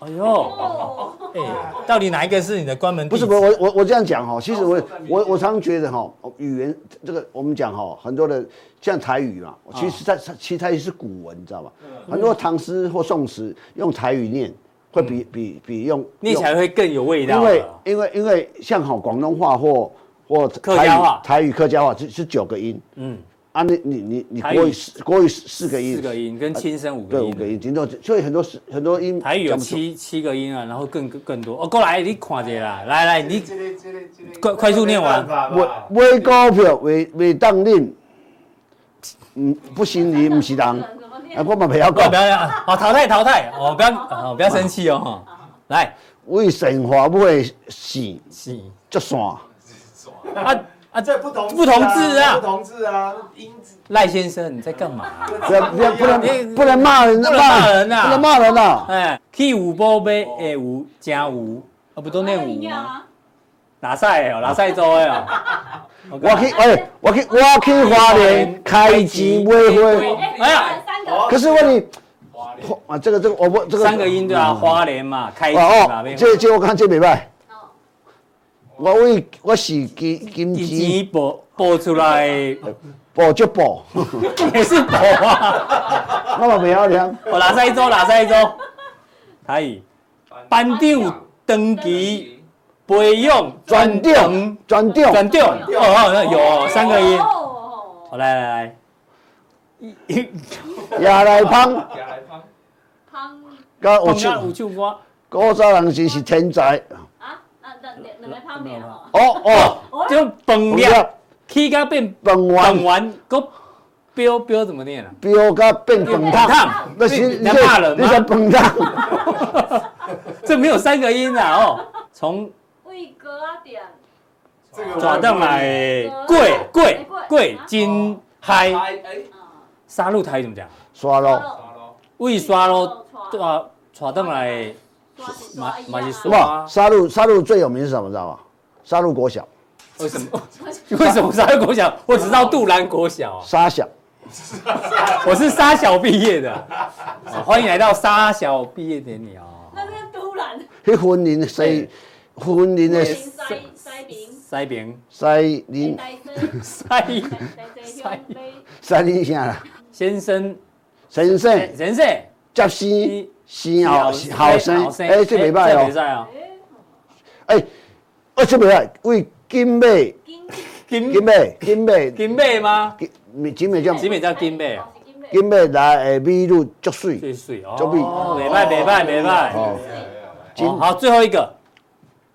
[SPEAKER 1] 哎呦，
[SPEAKER 4] 哦，
[SPEAKER 1] 哎，到底哪一个是你的关门弟
[SPEAKER 2] 不
[SPEAKER 1] 子？
[SPEAKER 2] 是不是我我我这样讲哈，其实我我我常觉得哈，语言这个我们讲哈，很多的像台语嘛，
[SPEAKER 1] 啊
[SPEAKER 2] 其实在其实台语是古文，你知道吧？
[SPEAKER 1] 嗯
[SPEAKER 2] 很多唐诗或宋词用台语念，会比比比用
[SPEAKER 1] 嗯念起来会更有味
[SPEAKER 2] 用因
[SPEAKER 1] 道啊
[SPEAKER 2] 为
[SPEAKER 1] 了。
[SPEAKER 2] 因为因为像好广东话或或
[SPEAKER 1] 客
[SPEAKER 2] 台
[SPEAKER 1] 家
[SPEAKER 2] 语
[SPEAKER 1] 话
[SPEAKER 2] 台语客家话是是九个音
[SPEAKER 1] 嗯，
[SPEAKER 2] 啊，你你你你
[SPEAKER 1] 台语
[SPEAKER 2] 国语四国语四四个音，啊
[SPEAKER 1] 四个音跟亲声五
[SPEAKER 2] 对
[SPEAKER 1] 个
[SPEAKER 2] 五个
[SPEAKER 1] 音，
[SPEAKER 2] 音，顶多所以很多很多音
[SPEAKER 1] 台语有
[SPEAKER 2] 讲不出
[SPEAKER 1] 七七个音啊，然后更更更多。哦，过来你看一下啦，来来你哦
[SPEAKER 5] 这个这个这个，
[SPEAKER 1] 快快速念完
[SPEAKER 5] 没办法
[SPEAKER 2] 买
[SPEAKER 5] 吧
[SPEAKER 2] 买股票袂袂当恁，嗯，不行你唔是人，啊，我嘛袂晓
[SPEAKER 1] 不要不
[SPEAKER 2] 讲。
[SPEAKER 1] 要啊，好淘汰淘汰哦，不要哦不要生气哦哈。来，
[SPEAKER 2] 为神话买死
[SPEAKER 1] 是
[SPEAKER 2] 足线，
[SPEAKER 1] 啊啊这
[SPEAKER 5] 这不同
[SPEAKER 1] 不同字啊
[SPEAKER 5] 不同字啊，音字
[SPEAKER 1] 赖先生你在干嘛？
[SPEAKER 2] 不要不要不能不能骂人，
[SPEAKER 1] 不能骂人啊
[SPEAKER 2] 不能骂人啊！
[SPEAKER 1] 哎，去五哎波杯诶五加五，啊不都念五
[SPEAKER 4] 哎
[SPEAKER 1] 吗？？哪赛哦，哪赛州的 哦。
[SPEAKER 2] 我去哎，我去我去花莲开钱买花，
[SPEAKER 4] 哎呀，三个，
[SPEAKER 2] 可是问你
[SPEAKER 5] 花莲
[SPEAKER 2] 花啊，这个这个我不这个
[SPEAKER 1] 三个音对啊，花莲嘛，开
[SPEAKER 2] 哦
[SPEAKER 1] 心嘛，
[SPEAKER 2] 哦，这这我看这袂歹，
[SPEAKER 4] 哦，
[SPEAKER 2] 我为我是金金
[SPEAKER 1] 一
[SPEAKER 2] 钱
[SPEAKER 1] 集播播出来也
[SPEAKER 2] 嗯 补就补，
[SPEAKER 1] 是播啊。
[SPEAKER 2] 我嘛袂晓念。
[SPEAKER 1] 哦，哪赛州，哪赛州，台语班长登记培养
[SPEAKER 2] 转调转调
[SPEAKER 1] 转调哦哦，那有哦三个音。好，
[SPEAKER 4] 哦，
[SPEAKER 1] 来来来，一一
[SPEAKER 2] 也来芳，
[SPEAKER 5] 亚来芳
[SPEAKER 4] 汤
[SPEAKER 2] 甲
[SPEAKER 1] 我家有
[SPEAKER 2] 有唱，
[SPEAKER 1] 唱歌，
[SPEAKER 2] 古早人是是天才。
[SPEAKER 4] 啊，啊，两两两个汤面哦，
[SPEAKER 2] 哦哦，
[SPEAKER 1] 就崩
[SPEAKER 2] 有
[SPEAKER 1] 了，
[SPEAKER 2] 只
[SPEAKER 1] 起甲变
[SPEAKER 2] 饭
[SPEAKER 1] 崩
[SPEAKER 2] 碗
[SPEAKER 1] 完，个标标怎么念啊？
[SPEAKER 2] 标甲变饭桶，
[SPEAKER 1] 烫，
[SPEAKER 2] 那是
[SPEAKER 1] 你在骂人
[SPEAKER 2] 你在
[SPEAKER 1] 吗？
[SPEAKER 2] 饭桶，
[SPEAKER 1] 这没有三个音啊哦，从
[SPEAKER 4] 喂哥啊点，
[SPEAKER 5] 这个
[SPEAKER 1] 爪凳来贵贵贵金
[SPEAKER 5] 嗨
[SPEAKER 1] 嗨，
[SPEAKER 5] 哎，
[SPEAKER 4] 啊，
[SPEAKER 1] 杀戮台语怎么讲？
[SPEAKER 2] 刷咯，
[SPEAKER 4] Ờ.
[SPEAKER 5] 好咯，
[SPEAKER 1] 未刷咯，对啊，爪凳来
[SPEAKER 4] 马马是
[SPEAKER 2] 是吧？沙鹿沙鹿最有名是什么？知道吗？沙鹿国小，
[SPEAKER 1] 为什么？为什么杀戮国小？我只知道杜兰国小啊，
[SPEAKER 2] 沙小，
[SPEAKER 1] 我是沙小毕业的。啊欢迎来到沙小毕业典礼哦。
[SPEAKER 4] 那边突然
[SPEAKER 2] 迄婚姻西婚姻的
[SPEAKER 4] 塞塞饼，
[SPEAKER 1] 塞边
[SPEAKER 2] 西林
[SPEAKER 4] 塞针，
[SPEAKER 1] 塞
[SPEAKER 4] 塞针
[SPEAKER 2] 西
[SPEAKER 4] 香杯，
[SPEAKER 2] 林啥啦？
[SPEAKER 1] 先生
[SPEAKER 2] 先生
[SPEAKER 1] 先生，
[SPEAKER 2] 接生生后后生，
[SPEAKER 1] 哎
[SPEAKER 2] 哎，这袂歹
[SPEAKER 1] 没
[SPEAKER 2] 哦，
[SPEAKER 1] 歹哦，
[SPEAKER 4] 哎，
[SPEAKER 2] 哎，哎这袂歹，为金美
[SPEAKER 4] 金
[SPEAKER 1] 金
[SPEAKER 2] 金美金美
[SPEAKER 1] 金贝吗？
[SPEAKER 2] 金金美叫
[SPEAKER 1] 金美叫金贝，
[SPEAKER 4] 金贝，
[SPEAKER 2] 金美来的美女足水，
[SPEAKER 1] 最水哦，
[SPEAKER 2] 足美
[SPEAKER 1] 袂歹袂歹袂
[SPEAKER 4] Dạ,
[SPEAKER 1] 歹。
[SPEAKER 5] Ờ.
[SPEAKER 2] 哦，金
[SPEAKER 1] 哦好，最后一个，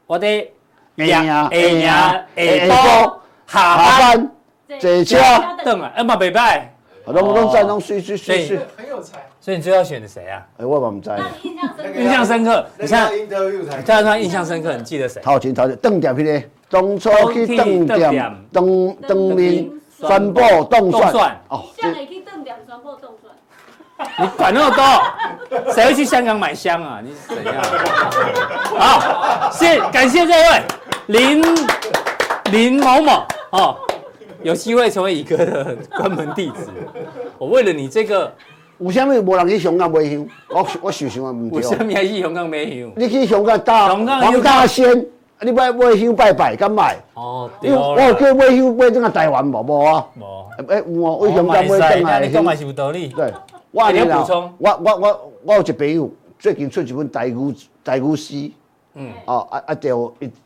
[SPEAKER 1] 我的
[SPEAKER 2] 会呀
[SPEAKER 1] 会赢下
[SPEAKER 2] 会赢
[SPEAKER 1] 波下
[SPEAKER 2] 下
[SPEAKER 1] 班
[SPEAKER 2] 班
[SPEAKER 4] Dạ.
[SPEAKER 2] 坐车，
[SPEAKER 1] 等啊，哎嘛袂歹。
[SPEAKER 2] 拢
[SPEAKER 1] 哦
[SPEAKER 2] 拢在拢水水水水，
[SPEAKER 5] 很有才，
[SPEAKER 1] 所以你最后选的谁啊？
[SPEAKER 2] 哎，我嘛唔知，
[SPEAKER 4] 那你印象深刻
[SPEAKER 1] 印象深刻，你
[SPEAKER 5] 那
[SPEAKER 1] 看
[SPEAKER 5] 个 interview 才
[SPEAKER 1] 你看他印象深刻，你记得谁？
[SPEAKER 2] 头前头前，当店迄个，当初去当店，当当面全部
[SPEAKER 1] 动
[SPEAKER 2] 动算
[SPEAKER 1] 算
[SPEAKER 2] 哦，
[SPEAKER 4] 像会去炖两全部冻出来，
[SPEAKER 1] 你管那么多， 谁会去香港买香啊？你是怎 样？好，谢感谢这位林林某某哦，有机会成为乙哥的关门弟 子。我为了你这个，
[SPEAKER 2] 有啥物无人去香港买香？我我想想啊，毋
[SPEAKER 1] 我下
[SPEAKER 2] 对。
[SPEAKER 1] 面还去香港 没有。
[SPEAKER 2] 你去香港搭
[SPEAKER 1] 香港
[SPEAKER 2] 黄
[SPEAKER 1] 有
[SPEAKER 2] 大仙，啊你买买香拜拜，敢买？
[SPEAKER 1] 哦，
[SPEAKER 2] 你
[SPEAKER 1] 对
[SPEAKER 2] 有我
[SPEAKER 1] 了，
[SPEAKER 2] 有叫买香买怎啊台湾无无啊？
[SPEAKER 1] 无，
[SPEAKER 2] 诶、有
[SPEAKER 1] 我
[SPEAKER 2] 哦，为香港买
[SPEAKER 1] 买
[SPEAKER 2] 怎
[SPEAKER 1] 那
[SPEAKER 2] 啊
[SPEAKER 1] 你讲嘛？是有道理。
[SPEAKER 2] 对， 我
[SPEAKER 1] 哎你要
[SPEAKER 2] 跟你讲
[SPEAKER 1] 补充
[SPEAKER 2] 我我我我有一朋友最近出一本台语台语诗，
[SPEAKER 1] 嗯
[SPEAKER 2] 嗯，哦啊啊对，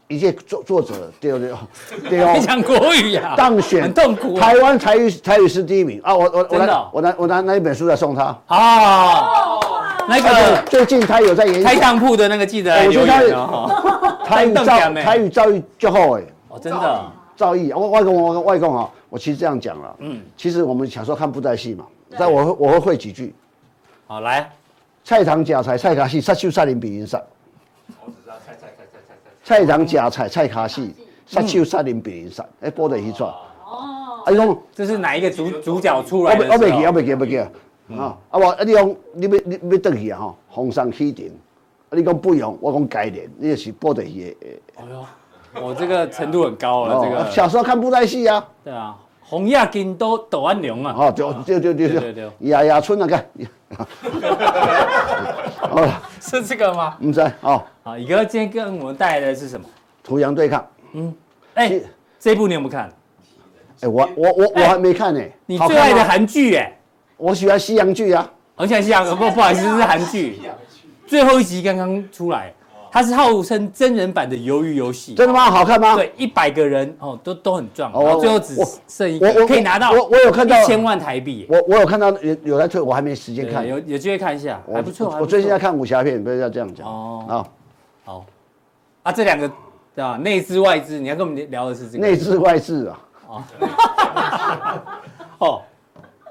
[SPEAKER 2] 一一些作作者对对 对哦
[SPEAKER 1] 你。讲国语呀、啊，
[SPEAKER 2] 当选
[SPEAKER 1] 很痛苦、啊
[SPEAKER 2] 台。湾台语台语诗第一名啊！我我我
[SPEAKER 1] 真的
[SPEAKER 2] 拿、
[SPEAKER 1] 哦
[SPEAKER 2] 我拿我拿那一本书来送他。
[SPEAKER 1] 好，
[SPEAKER 4] Ờ.
[SPEAKER 1] 那
[SPEAKER 2] 而且
[SPEAKER 1] 哎个
[SPEAKER 2] 最近他有在演
[SPEAKER 1] 啊开当铺的那个记得来
[SPEAKER 2] 哎我觉
[SPEAKER 1] 留
[SPEAKER 2] 得
[SPEAKER 1] 言哦。
[SPEAKER 2] 台语
[SPEAKER 1] 邓
[SPEAKER 2] 造
[SPEAKER 1] 家妹
[SPEAKER 2] 台语教育就好诶。
[SPEAKER 1] 哦，真 的，
[SPEAKER 2] 造诣，我外公我外公啊，我其实这样讲了，
[SPEAKER 1] 嗯
[SPEAKER 2] 嗯，其实我们小时候看布袋戏嘛，
[SPEAKER 4] 对
[SPEAKER 2] 但我会我会会几句，
[SPEAKER 1] 好来，
[SPEAKER 2] 菜堂夹菜菜卡戏，杀手杀人比人杀，
[SPEAKER 5] 我只知道猜猜猜猜猜猜猜。
[SPEAKER 2] 菜堂夹菜菜卡戏，杀手杀人比人杀，哎，播的一串，
[SPEAKER 4] 哦，
[SPEAKER 2] 啊，你讲我
[SPEAKER 1] 这是哪一个主主角出来的
[SPEAKER 2] 袂
[SPEAKER 1] 时候？
[SPEAKER 2] 我袂记我袂记袂记啊，
[SPEAKER 1] 嗯
[SPEAKER 2] 啊，啊我啊你讲你要你要转去啊吼，红山起顶，啊你讲不用，我讲改年，你也是播的戏的，
[SPEAKER 1] 哎呦，我这个程度很高了，这
[SPEAKER 2] 哦，小
[SPEAKER 1] 个
[SPEAKER 2] 时候看布袋戏啊，
[SPEAKER 1] 对啊，红亚金都抖安龙啊，
[SPEAKER 2] 哦，对对对对
[SPEAKER 1] 对
[SPEAKER 2] 对
[SPEAKER 1] 对对
[SPEAKER 2] 亚亚村那个，好了，
[SPEAKER 1] 是这个吗？
[SPEAKER 2] 唔知哦，
[SPEAKER 1] 好，宇哥今天跟我们带来的是什么？
[SPEAKER 2] 图羊对抗。
[SPEAKER 1] 哎
[SPEAKER 2] 是，
[SPEAKER 1] 这部你有没有看？
[SPEAKER 2] 哎、我我我我
[SPEAKER 1] 哎
[SPEAKER 2] 还没看呢、
[SPEAKER 1] 你
[SPEAKER 2] 好
[SPEAKER 1] 最
[SPEAKER 2] 看
[SPEAKER 1] 爱的
[SPEAKER 2] 吗
[SPEAKER 1] 韩剧哎，
[SPEAKER 2] 我喜欢西洋剧啊，
[SPEAKER 1] 而且是啊，不不好意思，这是韩剧，最后一集刚刚出来，它是号称真人版的《鱿鱼游戏》。
[SPEAKER 2] 真的吗？好看吗？
[SPEAKER 1] 对，一百个人哦，都都很壮，
[SPEAKER 2] 哦
[SPEAKER 1] 然后最后
[SPEAKER 2] 我
[SPEAKER 1] 只
[SPEAKER 2] 我
[SPEAKER 1] 剩一
[SPEAKER 2] 我
[SPEAKER 1] 个，
[SPEAKER 2] 我
[SPEAKER 1] 可以拿到
[SPEAKER 2] 我我有看到
[SPEAKER 1] 一千万台币耶。
[SPEAKER 2] 我我有看到有有在推，我还没时间
[SPEAKER 1] 对
[SPEAKER 2] 看。
[SPEAKER 1] 有有机会看一下，
[SPEAKER 2] 我
[SPEAKER 1] 还不错。还
[SPEAKER 2] 我
[SPEAKER 1] 不
[SPEAKER 2] 我最近
[SPEAKER 1] 错
[SPEAKER 2] 在看武侠片，不要这样讲。
[SPEAKER 1] 哦
[SPEAKER 2] 哦，
[SPEAKER 1] 好啊，这两个对吧？内资外资，你要跟我们聊的是这个
[SPEAKER 2] 内治外治啊，
[SPEAKER 1] 哦，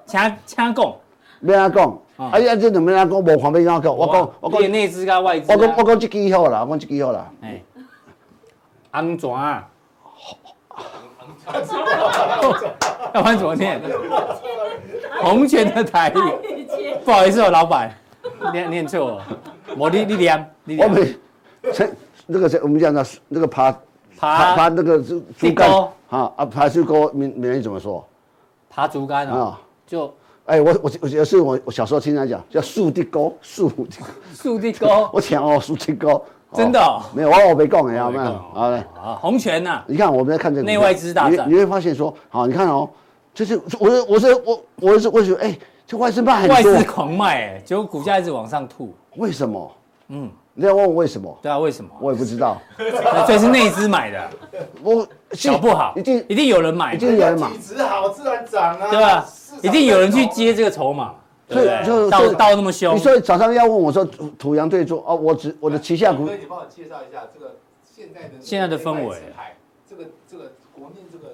[SPEAKER 1] 掐掐供，
[SPEAKER 2] 没人讲。
[SPEAKER 1] 嗯
[SPEAKER 2] 哎呀，这怎么人讲？无旁边人讲，我讲我
[SPEAKER 1] 你的
[SPEAKER 2] 讲
[SPEAKER 1] 内资跟外资啊，
[SPEAKER 2] 我讲我讲这句好啦，我讲这句好啦。
[SPEAKER 1] 哎，安怎啊？要不然怎么念？红拳的台
[SPEAKER 4] 太
[SPEAKER 1] 语，
[SPEAKER 4] 遇见，
[SPEAKER 1] 不好意思哦，老板，念念错了，我你你念，你
[SPEAKER 2] 我
[SPEAKER 1] 念
[SPEAKER 2] 们趁那个谁，我们讲的那个爬爬爬
[SPEAKER 1] 爬
[SPEAKER 2] 那个猪
[SPEAKER 1] 地
[SPEAKER 2] 猪肝
[SPEAKER 1] 沟
[SPEAKER 2] 啊啊，爬猪沟闽闽南语怎么说
[SPEAKER 1] 爬竹竿啊，
[SPEAKER 2] 啊？
[SPEAKER 1] 就
[SPEAKER 2] 哎，我我我有时候我我小时候听人家讲叫树地沟树地沟。
[SPEAKER 1] 树地沟
[SPEAKER 2] 我请哦，苏青哥，
[SPEAKER 1] 真的哦
[SPEAKER 2] 哦没有，我我没讲的，
[SPEAKER 1] 我
[SPEAKER 2] 好
[SPEAKER 1] 没
[SPEAKER 2] 没
[SPEAKER 1] 讲
[SPEAKER 2] 有？好嘞，
[SPEAKER 1] 啊，红拳呐，
[SPEAKER 2] 你看我们在看这个
[SPEAKER 1] 内外之大战
[SPEAKER 2] 你你会发现说，好，你看哦，就是我是我是我我是我觉得，哎，这外资卖
[SPEAKER 1] 外
[SPEAKER 2] 很
[SPEAKER 1] 资
[SPEAKER 2] 多，
[SPEAKER 1] 狂卖，哎，结果股价一直往上吐，
[SPEAKER 2] 为什么？
[SPEAKER 1] 嗯，
[SPEAKER 2] 你要问我为什么？
[SPEAKER 1] 对啊，为什么？
[SPEAKER 2] 我也不知道，
[SPEAKER 1] 那 所以是内资买的，
[SPEAKER 2] 我
[SPEAKER 1] 小啊不好，
[SPEAKER 2] 一定
[SPEAKER 1] 一定有人买
[SPEAKER 2] 一
[SPEAKER 1] 的，
[SPEAKER 2] 定有人买
[SPEAKER 5] 体，质好，自然涨啊。
[SPEAKER 1] 对吧
[SPEAKER 5] 市？场
[SPEAKER 1] 一定有人去接这个筹码，对不
[SPEAKER 2] 所以就
[SPEAKER 1] 对？
[SPEAKER 2] 是
[SPEAKER 1] 到到那么凶
[SPEAKER 2] 你，说早上要问我说土土洋对坐哦，我只我的旗下股
[SPEAKER 5] 所以你帮我介绍一下这个现在的
[SPEAKER 1] 现在的氛围
[SPEAKER 5] 内资牌，这个这个国内这个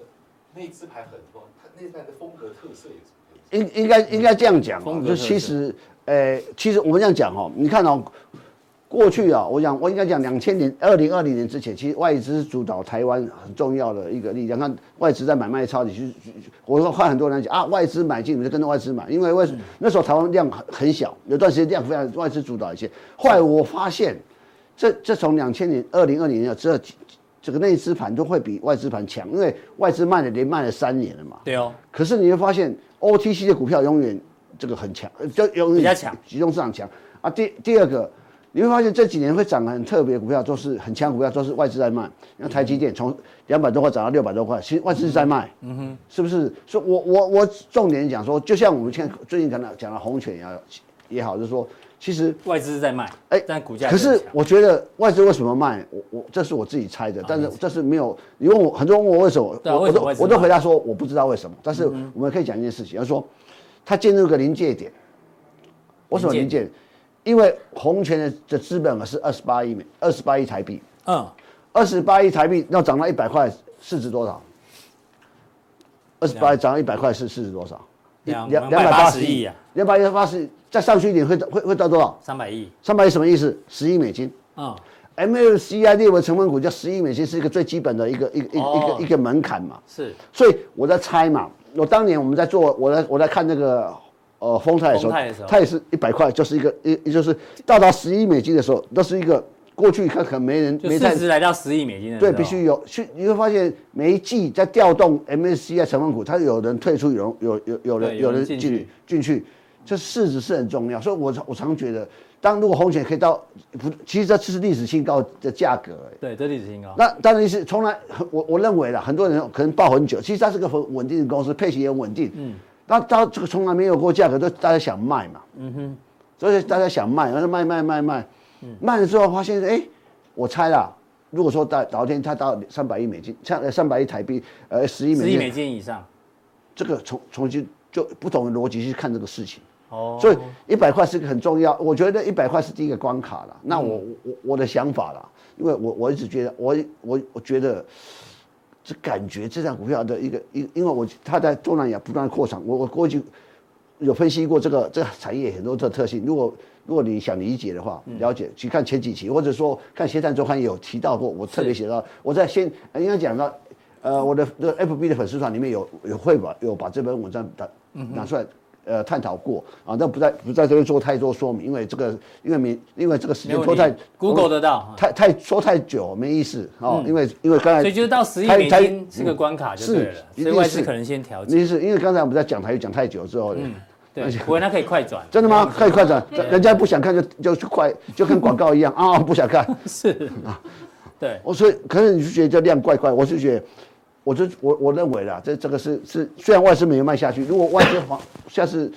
[SPEAKER 5] 内资牌很多，它内在的风格特色有什么？
[SPEAKER 2] 应应该应该这样讲、
[SPEAKER 1] 风
[SPEAKER 2] 哦，
[SPEAKER 1] 格
[SPEAKER 2] 就
[SPEAKER 1] 特
[SPEAKER 2] 其实，呃，其实我们这样讲哦，你看哦，过去啊、我讲我应该讲两千年、二零二零年之前，其实外资主导台湾很重要的一个力量。看外资在买卖超，你去，我说看很多人讲啊，外资买进，你就跟着外资买，因为外
[SPEAKER 1] 嗯
[SPEAKER 2] 资、那时候台湾量很很小，有段时间量非常外资主导一些。后来我发现，这这从两千年、二零二零年之后，这个内资盘都会比外资盘强，因为外资卖了连卖了三年了嘛。
[SPEAKER 1] 对哦，
[SPEAKER 2] 可是你会发现 OTC 的股票永远这个很强，呃就永远
[SPEAKER 1] 比较强，
[SPEAKER 2] 集中市场强啊。第第二个，你会发现这几年会涨得很特别的股票，都是很强的股票，都是外资在卖。
[SPEAKER 1] 嗯
[SPEAKER 2] 像台积电从两百多块涨到六百多块，其实外资在卖，嗯哼，是不是？所以我我我重点讲说，就像我们现在最近讲到讲到红犬也好，也好，就是说其实。
[SPEAKER 1] 外资是在卖，
[SPEAKER 2] 哎
[SPEAKER 1] 但股价
[SPEAKER 2] 可是
[SPEAKER 1] 很强啊
[SPEAKER 2] 我觉得外资为什么卖，我我这是我自己猜的，但是这是没有你问我很多人问我为什么，
[SPEAKER 1] 对啊
[SPEAKER 2] 我
[SPEAKER 1] 为
[SPEAKER 2] 我
[SPEAKER 1] 什么
[SPEAKER 2] 都
[SPEAKER 1] 外资
[SPEAKER 2] 我都
[SPEAKER 1] 卖
[SPEAKER 2] 回答说我不知道为什么，但是
[SPEAKER 1] 嗯
[SPEAKER 2] 我们可以讲一件事情，就是说它进入一个临界点，为什么临界点？因为红权的的资本额是二十八亿美二十八亿台币，
[SPEAKER 1] 嗯，
[SPEAKER 2] 二十八亿台币要涨到一百块，市值多少？二十八涨到一百块是市值多少？
[SPEAKER 1] 两280亿啊，
[SPEAKER 2] 两百八十亿，再上去一点会到会会到多少？
[SPEAKER 1] 三百亿，
[SPEAKER 2] 三百亿什么意思？十亿美金。
[SPEAKER 1] 嗯，
[SPEAKER 2] MSCI 啊列为成分股叫十亿美金，是一个最基本的一个一个一个、
[SPEAKER 1] 哦
[SPEAKER 2] 一个一个门槛嘛。
[SPEAKER 1] 是
[SPEAKER 2] 所以我在猜嘛，我当年我们在做，我在我在看那个呃丰泰的时候
[SPEAKER 1] 丰泰的时，候
[SPEAKER 2] 它也是一百块，就是一个一一就是到达十一美金的时候，那是一个过去看可能没人
[SPEAKER 1] 就
[SPEAKER 2] 没太
[SPEAKER 1] 市值来到十亿美金的时
[SPEAKER 2] 对，
[SPEAKER 1] 候，
[SPEAKER 2] 必须有去，你会发现每一季在调动 MSCI 成分股，它有人退出，有人有有有人
[SPEAKER 1] 对
[SPEAKER 2] 有
[SPEAKER 1] 有人进
[SPEAKER 2] 人进
[SPEAKER 1] 去
[SPEAKER 2] 去进去，这市值是很重要。所以我常我常觉得，当如果红险可以到不，其实这是历史新高的价格、欸
[SPEAKER 1] 对，这历史新高。
[SPEAKER 2] 那当然是从来，我我认为啦，很多人可能抱很久，其实它是个很稳定的公司，配息也稳定。嗯，那到这个从来没有过价格，都大家想卖嘛。嗯哼，所以大家想卖，然后卖卖卖卖，卖了之后发现，哎、我猜啦，如果说到老天它到三百亿美金，像三百亿台币，呃，十亿美
[SPEAKER 1] 十亿
[SPEAKER 2] 金，
[SPEAKER 1] 美金以上，
[SPEAKER 2] 这个重重新就不同的逻辑去看这个事情。
[SPEAKER 1] 哦，
[SPEAKER 2] 所以一百块是个很重要，我觉得一百块是第一个关卡了。那我我我的想法啦，因为我我一直觉得我我我觉得这感觉这张股票的一个因因为我它在东南亚不断地扩产，我我过去有分析过这个这个产业很多的特性。如果如果你想理解的话，
[SPEAKER 1] 嗯
[SPEAKER 2] 了解去看前几期，或者说看《协谈周刊》也有提到过，我特别写到，我在先应该讲到，呃，我的的 FB 的粉丝团里面有有会把有把这篇文章拿
[SPEAKER 1] 嗯
[SPEAKER 2] 拿出来。呃，探讨过啊，那不在不在这边做太多说明，因为这个，因为你因为这个时
[SPEAKER 1] 没
[SPEAKER 2] 间
[SPEAKER 1] 有
[SPEAKER 2] 拖太
[SPEAKER 1] ，Google 嗯得到，嗯
[SPEAKER 2] 太太说太久没意思哦，因为因为刚才
[SPEAKER 1] 所以就是到十亿
[SPEAKER 2] 台
[SPEAKER 1] 美
[SPEAKER 2] 台
[SPEAKER 1] 金是个关卡就对了，
[SPEAKER 2] 嗯是
[SPEAKER 1] 所以外
[SPEAKER 2] 一定
[SPEAKER 1] 资
[SPEAKER 2] 是
[SPEAKER 1] 可能先调整。
[SPEAKER 2] 你是因为刚才我们在讲台语讲太久之后，
[SPEAKER 1] 嗯对，不过它可以快转，
[SPEAKER 2] 真的吗？可以快转，
[SPEAKER 1] 对
[SPEAKER 2] 人家不想看就就去快，就跟广告 一样啊，不想看。
[SPEAKER 1] 是，
[SPEAKER 2] 啊
[SPEAKER 1] 对，
[SPEAKER 2] 我所以，可是你就觉得这量怪怪，我是觉得，我就我我认为啦，这这个是是，虽然外资没有卖下去，如果外资房下次，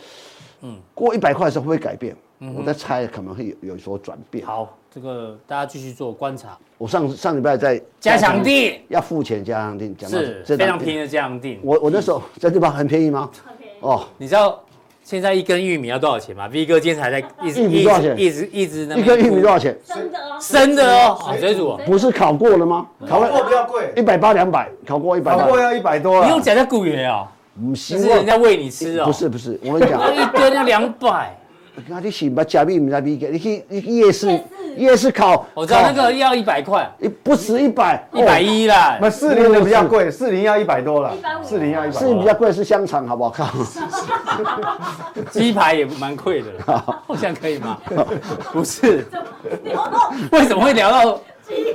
[SPEAKER 2] 嗯，过一百块的时候会不会改变？
[SPEAKER 1] 嗯
[SPEAKER 2] 我在猜可能会有有所转变。
[SPEAKER 1] 好，这个大家继续做观察，
[SPEAKER 2] 我上上礼拜在
[SPEAKER 1] 加强地
[SPEAKER 2] 要付钱加强定，讲到
[SPEAKER 1] 是
[SPEAKER 2] 这
[SPEAKER 1] 非常
[SPEAKER 2] 档
[SPEAKER 1] 便宜的加强定。
[SPEAKER 2] 我我那时候这地方很便宜吗？
[SPEAKER 4] 很便宜
[SPEAKER 2] 哦，
[SPEAKER 1] 你知道现在一根玉米要多少钱吗？V 哥今天还在一直
[SPEAKER 2] 玉米
[SPEAKER 1] 一
[SPEAKER 2] 多少钱
[SPEAKER 1] 直一直一直那
[SPEAKER 2] 一根玉米多
[SPEAKER 1] 少
[SPEAKER 2] 少钱？
[SPEAKER 4] 真的哦，
[SPEAKER 1] 生的哦，好水
[SPEAKER 3] 水
[SPEAKER 1] 煮
[SPEAKER 3] 煮
[SPEAKER 1] 哦，
[SPEAKER 2] 不是烤过了吗？
[SPEAKER 1] 嗯
[SPEAKER 2] 烤
[SPEAKER 3] 烤过
[SPEAKER 2] 过
[SPEAKER 3] 比较贵
[SPEAKER 2] 一，百八两百，烤过一百
[SPEAKER 3] 烤
[SPEAKER 2] 八
[SPEAKER 3] 过。要一百多
[SPEAKER 1] 不
[SPEAKER 3] 啊
[SPEAKER 1] 用。讲在雇员哦，
[SPEAKER 2] 不是
[SPEAKER 1] 只是人家喂你吃哦，
[SPEAKER 2] 不是不是，我跟你讲，
[SPEAKER 1] 一根要两百，
[SPEAKER 2] 啊，你是捌食米，唔知米价，你去你去夜市
[SPEAKER 4] 夜，市
[SPEAKER 2] 夜市烤，
[SPEAKER 1] 我知道那
[SPEAKER 2] 烤
[SPEAKER 1] 个要一百块，
[SPEAKER 2] 一不止一百，
[SPEAKER 1] 一百一啦
[SPEAKER 3] 那，四零的比较贵，四零要一百多了
[SPEAKER 4] 150，
[SPEAKER 3] 四零要一
[SPEAKER 2] 哦，
[SPEAKER 3] 百。
[SPEAKER 2] 是比较贵是香肠，好不好？靠，
[SPEAKER 1] 鸡排也蛮贵的啦，好像可以吗？不是，
[SPEAKER 4] 哦
[SPEAKER 1] 为什么会聊到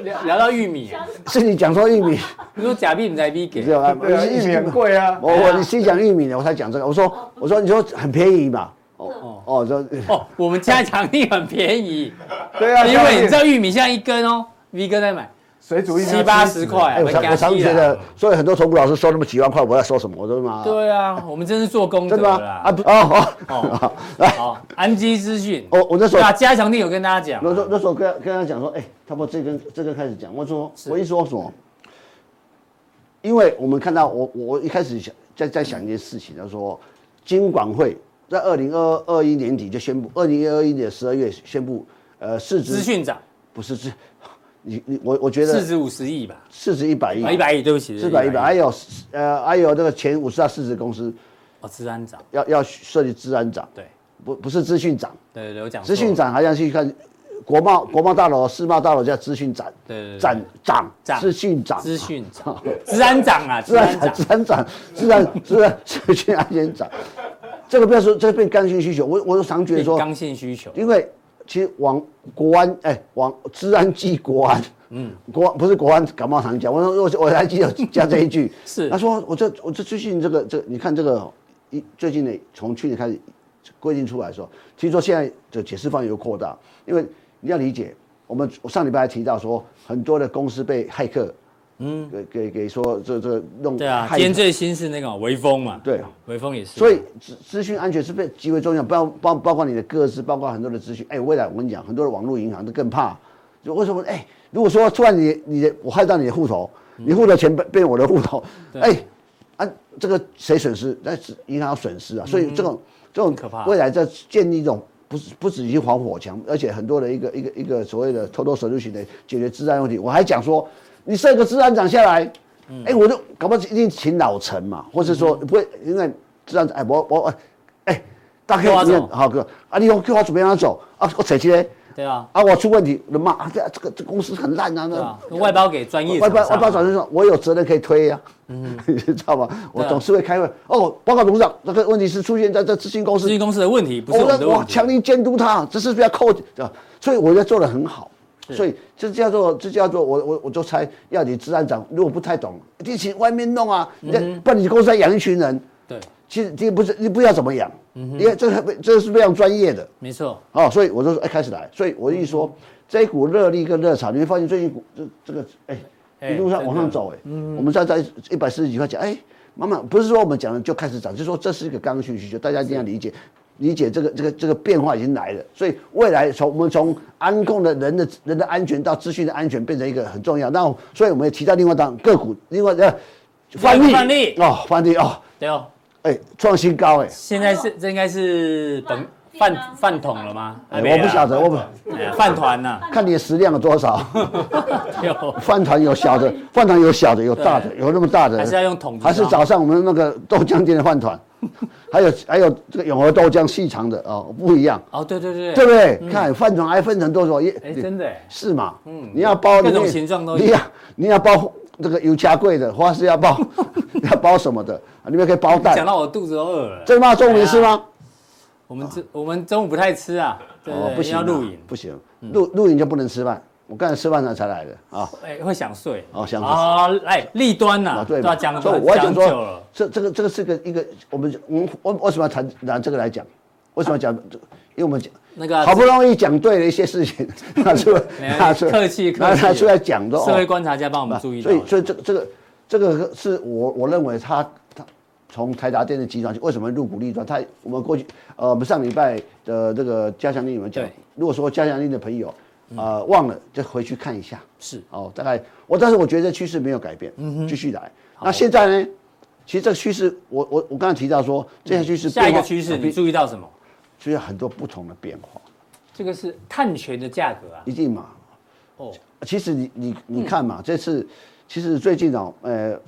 [SPEAKER 1] 聊聊到玉米啊？
[SPEAKER 2] 是你讲错玉米，
[SPEAKER 1] 你说假币你才逼
[SPEAKER 2] 你
[SPEAKER 1] 给
[SPEAKER 2] 知，道吗？
[SPEAKER 3] 对啊，玉米很贵啊。
[SPEAKER 2] 我我你先讲玉米的，我才讲这个。我说我说你说很便宜嘛，
[SPEAKER 1] 嗯
[SPEAKER 2] 哦哦，我说
[SPEAKER 1] 哦，我们家强力很便宜，
[SPEAKER 3] 对啊，
[SPEAKER 1] 因为你知
[SPEAKER 3] 这
[SPEAKER 1] 道玉米现在一根哦，V 哥在买
[SPEAKER 3] 水煮一定要
[SPEAKER 1] 七八
[SPEAKER 3] 70
[SPEAKER 1] 十块啊，
[SPEAKER 2] 哎，我常
[SPEAKER 1] 没加
[SPEAKER 2] 我常
[SPEAKER 1] 息
[SPEAKER 2] 觉
[SPEAKER 1] 啦
[SPEAKER 2] 得，所以很多投顾老师收那么几万块，我要收什么？我都妈，
[SPEAKER 1] 对啊，我们真是做功德
[SPEAKER 2] 真的吗？啊
[SPEAKER 1] 啦。
[SPEAKER 2] 不哦
[SPEAKER 1] 哦
[SPEAKER 2] 哦，来，
[SPEAKER 1] 好，安基资讯，
[SPEAKER 2] 我哦我那时
[SPEAKER 1] 对
[SPEAKER 2] 候
[SPEAKER 1] 啊，加强力有跟大家讲
[SPEAKER 2] 那时
[SPEAKER 1] 啊，
[SPEAKER 2] 候那时候跟他跟他讲说，哎、他不多这根这根开始讲，我说我一说什么，因为我们看到我我我一开始想在在想一件事情，他说金管会在二零二二一年底就宣布，二零二一年十二月宣布，呃，市值
[SPEAKER 1] 资讯涨
[SPEAKER 2] 不是资，你你我我觉
[SPEAKER 1] 市
[SPEAKER 2] 得
[SPEAKER 1] 值五十亿吧，
[SPEAKER 2] 市值一百亿
[SPEAKER 1] 啊，一百亿，对不起，
[SPEAKER 2] 四百亿吧，还
[SPEAKER 1] 亿，
[SPEAKER 2] 有呃还有这个前五十大市值公司
[SPEAKER 1] 哦，治安涨，
[SPEAKER 2] 要要设立治安长，
[SPEAKER 1] 对
[SPEAKER 2] 不不是资讯长，
[SPEAKER 1] 对对，我讲错
[SPEAKER 2] 资讯长好像去看国贸国贸大楼、世贸大楼叫资讯展，
[SPEAKER 1] 对对对
[SPEAKER 2] 展长
[SPEAKER 1] 展
[SPEAKER 2] 资讯长，
[SPEAKER 1] 资讯 长，治安长啊，
[SPEAKER 2] 自
[SPEAKER 1] 治安
[SPEAKER 2] 然
[SPEAKER 1] 长
[SPEAKER 2] 展、，自然展、自然自然资讯安全长，这个不要说，这变刚性需求。我我常觉得说，
[SPEAKER 1] 刚性需求，
[SPEAKER 2] 因为其实往国安哎，往治安即国安，嗯，国不是国安感冒常讲，我说我我还记得加这一句，
[SPEAKER 1] 是
[SPEAKER 2] 他说我这我这最近这个这你看这个一最近的从去年开始规定出来说，听说现在的解释范围又扩大，因为你要理解，我们我上礼拜还提到说很多的公司被骇客，嗯，给给给说这这弄
[SPEAKER 1] 对啊，
[SPEAKER 2] 骇
[SPEAKER 1] 今天最新是那个微风嘛，
[SPEAKER 2] 对。
[SPEAKER 1] 微风也是，
[SPEAKER 2] 所以资资讯安全是被极为重要，包包包括你的个资，包括很多的资讯。哎，未来我跟你讲，很多的网络银行都更怕，就为什么？哎，如果说突然你你的我害到你的户头，你户头钱被被我的户头，哎，啊，这个谁损失？那是银行有损失啊。所以这种这种
[SPEAKER 1] 嗯可怕
[SPEAKER 2] 未来在建立一种。不是不止一防火墙，而且很多的一个一个一个所谓的 total solution 的解决治安问题。我还讲说，你设一个治安长下来，
[SPEAKER 1] 嗯
[SPEAKER 2] 哎、我就搞不好一定请老陈嘛，或是说不会，因为这样子，哎，我我哎，大哥，
[SPEAKER 1] 叫我
[SPEAKER 2] 你
[SPEAKER 1] 走
[SPEAKER 2] 好哥，啊，你用叫我怎么样走啊？我找这个，
[SPEAKER 1] 对啊，
[SPEAKER 2] 啊，我出问题，人骂啊，这这个这公司很烂啊，
[SPEAKER 1] 对
[SPEAKER 2] 那
[SPEAKER 1] 啊，外包给专业
[SPEAKER 2] 外
[SPEAKER 1] 厂
[SPEAKER 2] 包
[SPEAKER 1] 商，
[SPEAKER 2] 外包转身说，我有责任可以推呀、啊， 你知道吗？我
[SPEAKER 1] 嗯对啊
[SPEAKER 2] 总是会开会。哦，报告董事长，这个问题是出现在这咨询公司
[SPEAKER 1] 咨，询公司的问题，不是
[SPEAKER 2] 哦
[SPEAKER 1] 我们
[SPEAKER 2] 那
[SPEAKER 1] 的问
[SPEAKER 2] 我
[SPEAKER 1] 题。
[SPEAKER 2] 强力监督他，这是不是要扣啊？所以我觉得做的很好，所以这叫做这叫做我我我就猜要你治安长如果不太懂，一起外面弄啊，
[SPEAKER 1] 嗯
[SPEAKER 2] 你看不然你公司要养一群人，
[SPEAKER 1] 对，
[SPEAKER 2] 其实这不是你不知道怎么养，
[SPEAKER 1] 嗯
[SPEAKER 2] 因为这个这是非常专业的。
[SPEAKER 1] 没错，
[SPEAKER 2] 哦，所以我就说，哎，开始来。所以我一说，
[SPEAKER 1] 嗯
[SPEAKER 2] 这一股热力跟热潮，你会发现最近股这这个，哎，
[SPEAKER 1] 哎
[SPEAKER 2] 一路
[SPEAKER 1] 真
[SPEAKER 2] 上
[SPEAKER 1] 的嗯
[SPEAKER 2] 往上走，哎，我们站在一百四十几块钱，哎，慢慢不是说我们讲了就开始涨，就是说这是一个刚需需求，大家一定要理解。理解这个这个这个变化已经来了，所以未来从我们从安控的人的人的安全到资讯的安全变成一个很重要。那我所以我们也提到另外一档个股，另外呃
[SPEAKER 1] 另外一个范例
[SPEAKER 2] 哦，范例哦，
[SPEAKER 1] 对哦，
[SPEAKER 2] 哎创新高哎，
[SPEAKER 1] 现在是这应该是本
[SPEAKER 4] 饭店啊
[SPEAKER 1] 饭饭桶了吗？
[SPEAKER 2] 哎我不晓得我不
[SPEAKER 1] 哎呀饭团呐，
[SPEAKER 2] 看你的食量有多少。
[SPEAKER 1] 有
[SPEAKER 2] 饭团有小 的，饭团有小的，有大的，有那么大的，
[SPEAKER 1] 还是要用桶子
[SPEAKER 2] 还是
[SPEAKER 1] 装
[SPEAKER 2] 早上我们那个豆浆店的饭团，还有还有这个永和豆浆细长的哦，不一样，
[SPEAKER 1] 哦，对对对嗯
[SPEAKER 2] 对不对？看饭团还分成多少页，
[SPEAKER 1] 哎，真的哎，
[SPEAKER 2] 是嘛？嗯，你要包
[SPEAKER 1] 各
[SPEAKER 2] 里面
[SPEAKER 1] 种形状都有
[SPEAKER 2] 你要你要包这个油加贵的，花式要包， 要包什么的，里面可以包蛋
[SPEAKER 1] 讲，到我肚子都饿了。
[SPEAKER 2] 真的吗？中午你吃吗？
[SPEAKER 1] 我们这我们中午不太吃啊，对对对，
[SPEAKER 2] 不
[SPEAKER 1] 因为
[SPEAKER 2] 行
[SPEAKER 1] 要
[SPEAKER 2] 啊，
[SPEAKER 1] 露营，
[SPEAKER 2] 不行，露露营就不能吃饭，我刚才吃饭才才来的啊。
[SPEAKER 1] 哎，会想睡。
[SPEAKER 2] 哦想睡
[SPEAKER 1] 啊，哎，立端呐，
[SPEAKER 2] 啊，对
[SPEAKER 1] 都要
[SPEAKER 2] 嘛，
[SPEAKER 1] 讲
[SPEAKER 2] 所以我要
[SPEAKER 1] 讲
[SPEAKER 2] 讲
[SPEAKER 1] 久
[SPEAKER 2] 说
[SPEAKER 1] 了，，
[SPEAKER 2] 这这个这个是个一个，我们我们我为什么要谈拿这个来讲？为什么要讲这？因为我们讲
[SPEAKER 1] 那个啊
[SPEAKER 2] 好不容易讲对了一些事 情，拿出来
[SPEAKER 1] 没有
[SPEAKER 2] 拿出来
[SPEAKER 1] 客气
[SPEAKER 2] 拿
[SPEAKER 1] 客气
[SPEAKER 2] 拿出来讲的
[SPEAKER 1] 社会
[SPEAKER 2] 啊哦。
[SPEAKER 1] 观察家帮我们注意到
[SPEAKER 2] 所以
[SPEAKER 1] 了，
[SPEAKER 2] 所以这个这个这个是我我认为他他从台达电的集团去为什么入股立端？他我们过去呃，我们上礼拜的这个加强力你们讲
[SPEAKER 1] 对，
[SPEAKER 2] 如果说加强力的朋友呃忘了，就回去看一下。
[SPEAKER 1] 是
[SPEAKER 2] 哦，大概我，但是我觉得趋势没有改变，
[SPEAKER 1] 嗯
[SPEAKER 2] 继续来。那现在呢？其实这个趋势，我我我刚才提到说，这些趋势
[SPEAKER 1] 嗯下一
[SPEAKER 2] 变化
[SPEAKER 1] 个趋势，
[SPEAKER 2] 呃
[SPEAKER 1] 你
[SPEAKER 2] 变
[SPEAKER 1] 注意到什么？
[SPEAKER 2] 出现很多不同的变化，
[SPEAKER 1] 这个是碳权的价格啊，
[SPEAKER 2] 一定嘛？
[SPEAKER 1] 哦，
[SPEAKER 2] 其实你你你看嘛，这次其实最近哦，呃，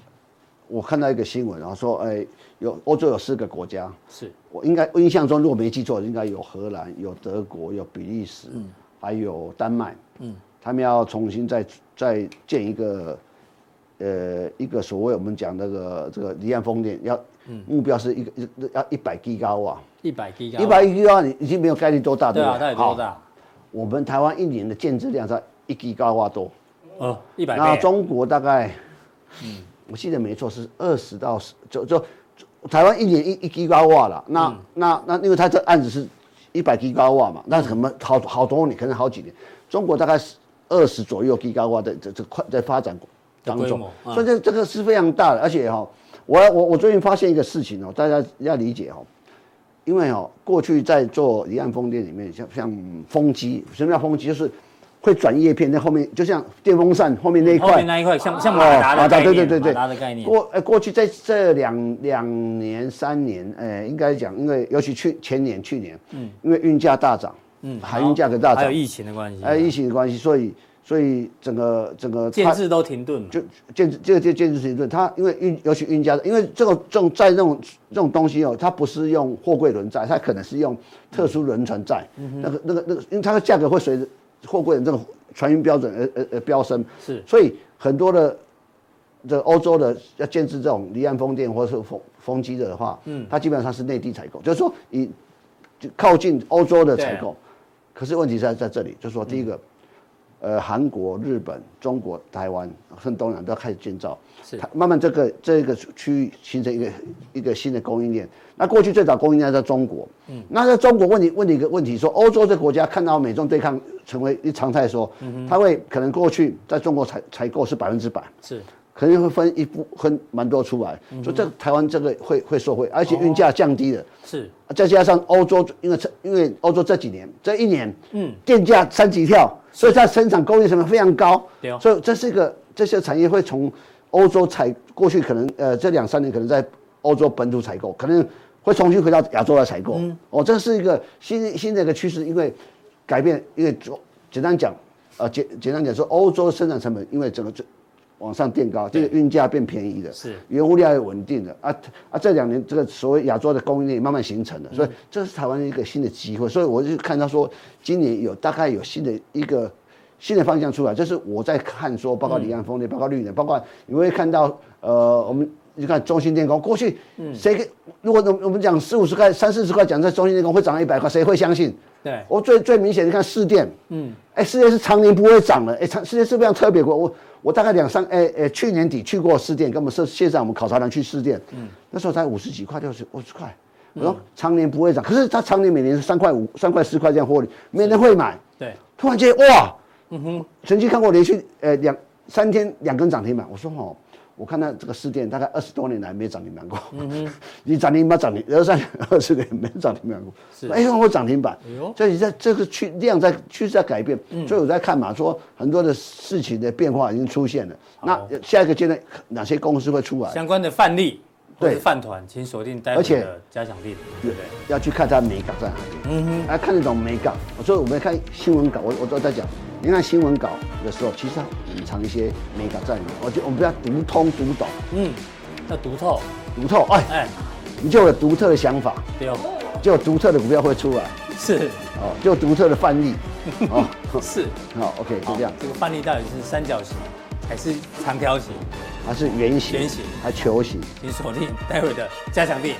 [SPEAKER 2] 我看到一个新闻，然后说，哎、有欧洲有四个国家，
[SPEAKER 1] 是
[SPEAKER 2] 我应该我印象中，如果没记错，应该有荷兰、有德国、有比利时，
[SPEAKER 1] 嗯
[SPEAKER 2] 还有丹麦，嗯，他们要重新再再建一个，呃，一个所谓我们讲那个这个离岸风电，要、
[SPEAKER 1] 嗯
[SPEAKER 2] 目标是一个一要一百 G 高啊，
[SPEAKER 1] 一百 G，
[SPEAKER 2] 一百 G 高，你已经没有概念多大
[SPEAKER 1] 对
[SPEAKER 2] 不
[SPEAKER 1] 啊，到底多
[SPEAKER 2] 好
[SPEAKER 1] 大？
[SPEAKER 2] 我们台湾一年的建制量才一 G 高啊多，
[SPEAKER 1] 哦，一百
[SPEAKER 2] 那
[SPEAKER 1] 倍嗯啊。
[SPEAKER 2] 中国大概，我记得没错是二十到十，就就就台湾一年一一吉高瓦了。那、
[SPEAKER 1] 嗯
[SPEAKER 2] 那那因为它这案子是一百吉高瓦嘛，那可
[SPEAKER 1] 嗯
[SPEAKER 2] 能好好多年，可能好几年。中国大概是二十左右吉高瓦的这这快在发展当
[SPEAKER 1] 规
[SPEAKER 2] 中
[SPEAKER 1] 模，嗯
[SPEAKER 2] 所以这这个是非常大的，而且哈、我我我最近发现一个事情哦，大家要理解哦。因为哦，过去在做离岸风电里面，像像风机，什么叫风机？就是会转叶片，在后面就像电风扇后面那一
[SPEAKER 1] 后
[SPEAKER 2] 块
[SPEAKER 1] 面，那一块像像马达的概
[SPEAKER 2] 哦对
[SPEAKER 1] 念，
[SPEAKER 2] 对对对，
[SPEAKER 1] 马达的概念，
[SPEAKER 2] 过呃过去在这两两年三年，呃，应该讲，因为尤其去前年去年，嗯，因为运价大涨，嗯，海运价格大
[SPEAKER 1] 还有
[SPEAKER 2] 涨，
[SPEAKER 1] 疫情的关系，
[SPEAKER 2] 哎，疫情的关系，所以所以整个整个
[SPEAKER 1] 建制都停顿嘛，
[SPEAKER 2] 就建这个这建筑水准，它因为运尤其运价，因为这种这种载这种这种东西哦，它不是用货柜轮载，它可能是用特殊轮船载，
[SPEAKER 1] 嗯
[SPEAKER 2] 那个那个那个，因为它的价格会随着货柜轮这种船运标准而而而飙升，
[SPEAKER 1] 是
[SPEAKER 2] 所以很多的这欧洲的要建制这种离岸风电或是风风机的话，嗯，它基本上是内地采购，就是说以就靠近欧洲的采购，可是问题在在这里，就是说第一个。呃，韩国、日本、中国、台湾甚至东南亚都要开始建造，
[SPEAKER 1] 是
[SPEAKER 2] 它慢慢这个这个区域形成一个一个新的供应链。那过去最早供应链在中国，嗯，那在中国问你问你一个问题，说欧洲这国家看到美中对抗成为一常态的时候，他会可能过去在中国采采购是百分之百，
[SPEAKER 1] 是
[SPEAKER 2] 可能会分一部分蛮多出来，所以这台湾这个会会受惠，而且运价降低了。
[SPEAKER 1] 是
[SPEAKER 2] 再加上欧洲，因为这因为欧洲这几年这一年，嗯，电价三级跳，所以它生产供应成本非常高
[SPEAKER 1] 对哦，
[SPEAKER 2] 所以这是一个这些产业会从欧洲采过去可能呃这两三年可能在欧洲本土采购，可能会重新回到亚洲来采购，
[SPEAKER 1] 嗯
[SPEAKER 2] 哦，这是一个新新的一个趋势，因为改变，因为简单讲，呃简简单讲说欧洲生产成本因为整个这往上垫高，这个运价变便宜了，
[SPEAKER 1] 是
[SPEAKER 2] 原物料也稳定了啊啊！这两年这个所谓亚洲的供应链也慢慢形成了，所以这是台湾的一个新的机会。所以我就看到说，今年有大概有新的一个新的方向出来，这是我在看说，包括离岸风力，包括绿能，包括你会看到呃，我们。你看中心电工过去，谁给？如果我们我们讲四五十块、三四十块，讲这中心电工会涨到一百块，谁会相信？
[SPEAKER 1] 对
[SPEAKER 2] 我最最明显，你看市电，嗯，哎、市电是常年不会涨的，哎、常市电是非常特别过。我我大概两三，哎、哎、去年底去过市电，跟我们社现在我们考察团去市电，嗯，那时候才五十几块，六十五十块，我说常年不会涨，可是它常年每年是三块五、三块四块这样获利，没人会买，
[SPEAKER 1] 对，
[SPEAKER 2] 突然间哇，嗯哼，曾经看过连续呃两三天两根涨停板，我说哦。我看到这个市电大概二十多年来没涨停板过，
[SPEAKER 1] 嗯
[SPEAKER 2] 你涨停板涨停二三二十年没涨停板过，
[SPEAKER 1] 是
[SPEAKER 2] 哎，我涨停板
[SPEAKER 1] 哎呦，嗯
[SPEAKER 2] 所以在这个趋量在趋势在改变，所以我在看嘛，说很多的事情的变化已经出现了。那下一个阶段哪些公司会出来？
[SPEAKER 1] 相关的范例或
[SPEAKER 2] 对
[SPEAKER 1] 是饭团，请锁定待
[SPEAKER 2] 而
[SPEAKER 1] 会
[SPEAKER 2] 且
[SPEAKER 1] 的加强力，对不对？
[SPEAKER 2] 要去看它美感在哪里。嗯哼，来看那种美感。我说我们看新闻稿，我我都在讲，你看新闻稿的时候，其实它隐藏一些美感在里面。我就我们不要读通读懂
[SPEAKER 1] 嗯，要读透，
[SPEAKER 2] 读透，哎，
[SPEAKER 1] 哎，
[SPEAKER 2] 你就有独特的想法，
[SPEAKER 1] 对哦，
[SPEAKER 2] 就有独特的股票会出来，
[SPEAKER 1] 是
[SPEAKER 2] 哦，就有独特的范例，哦，
[SPEAKER 1] 是，
[SPEAKER 2] 好，OK，就
[SPEAKER 1] 好
[SPEAKER 2] 这样，
[SPEAKER 1] 这个范例到底是三角形还是长条形？
[SPEAKER 2] 还是圆形，
[SPEAKER 1] 圆形
[SPEAKER 2] 还球形。
[SPEAKER 1] 请锁定待会的加强力。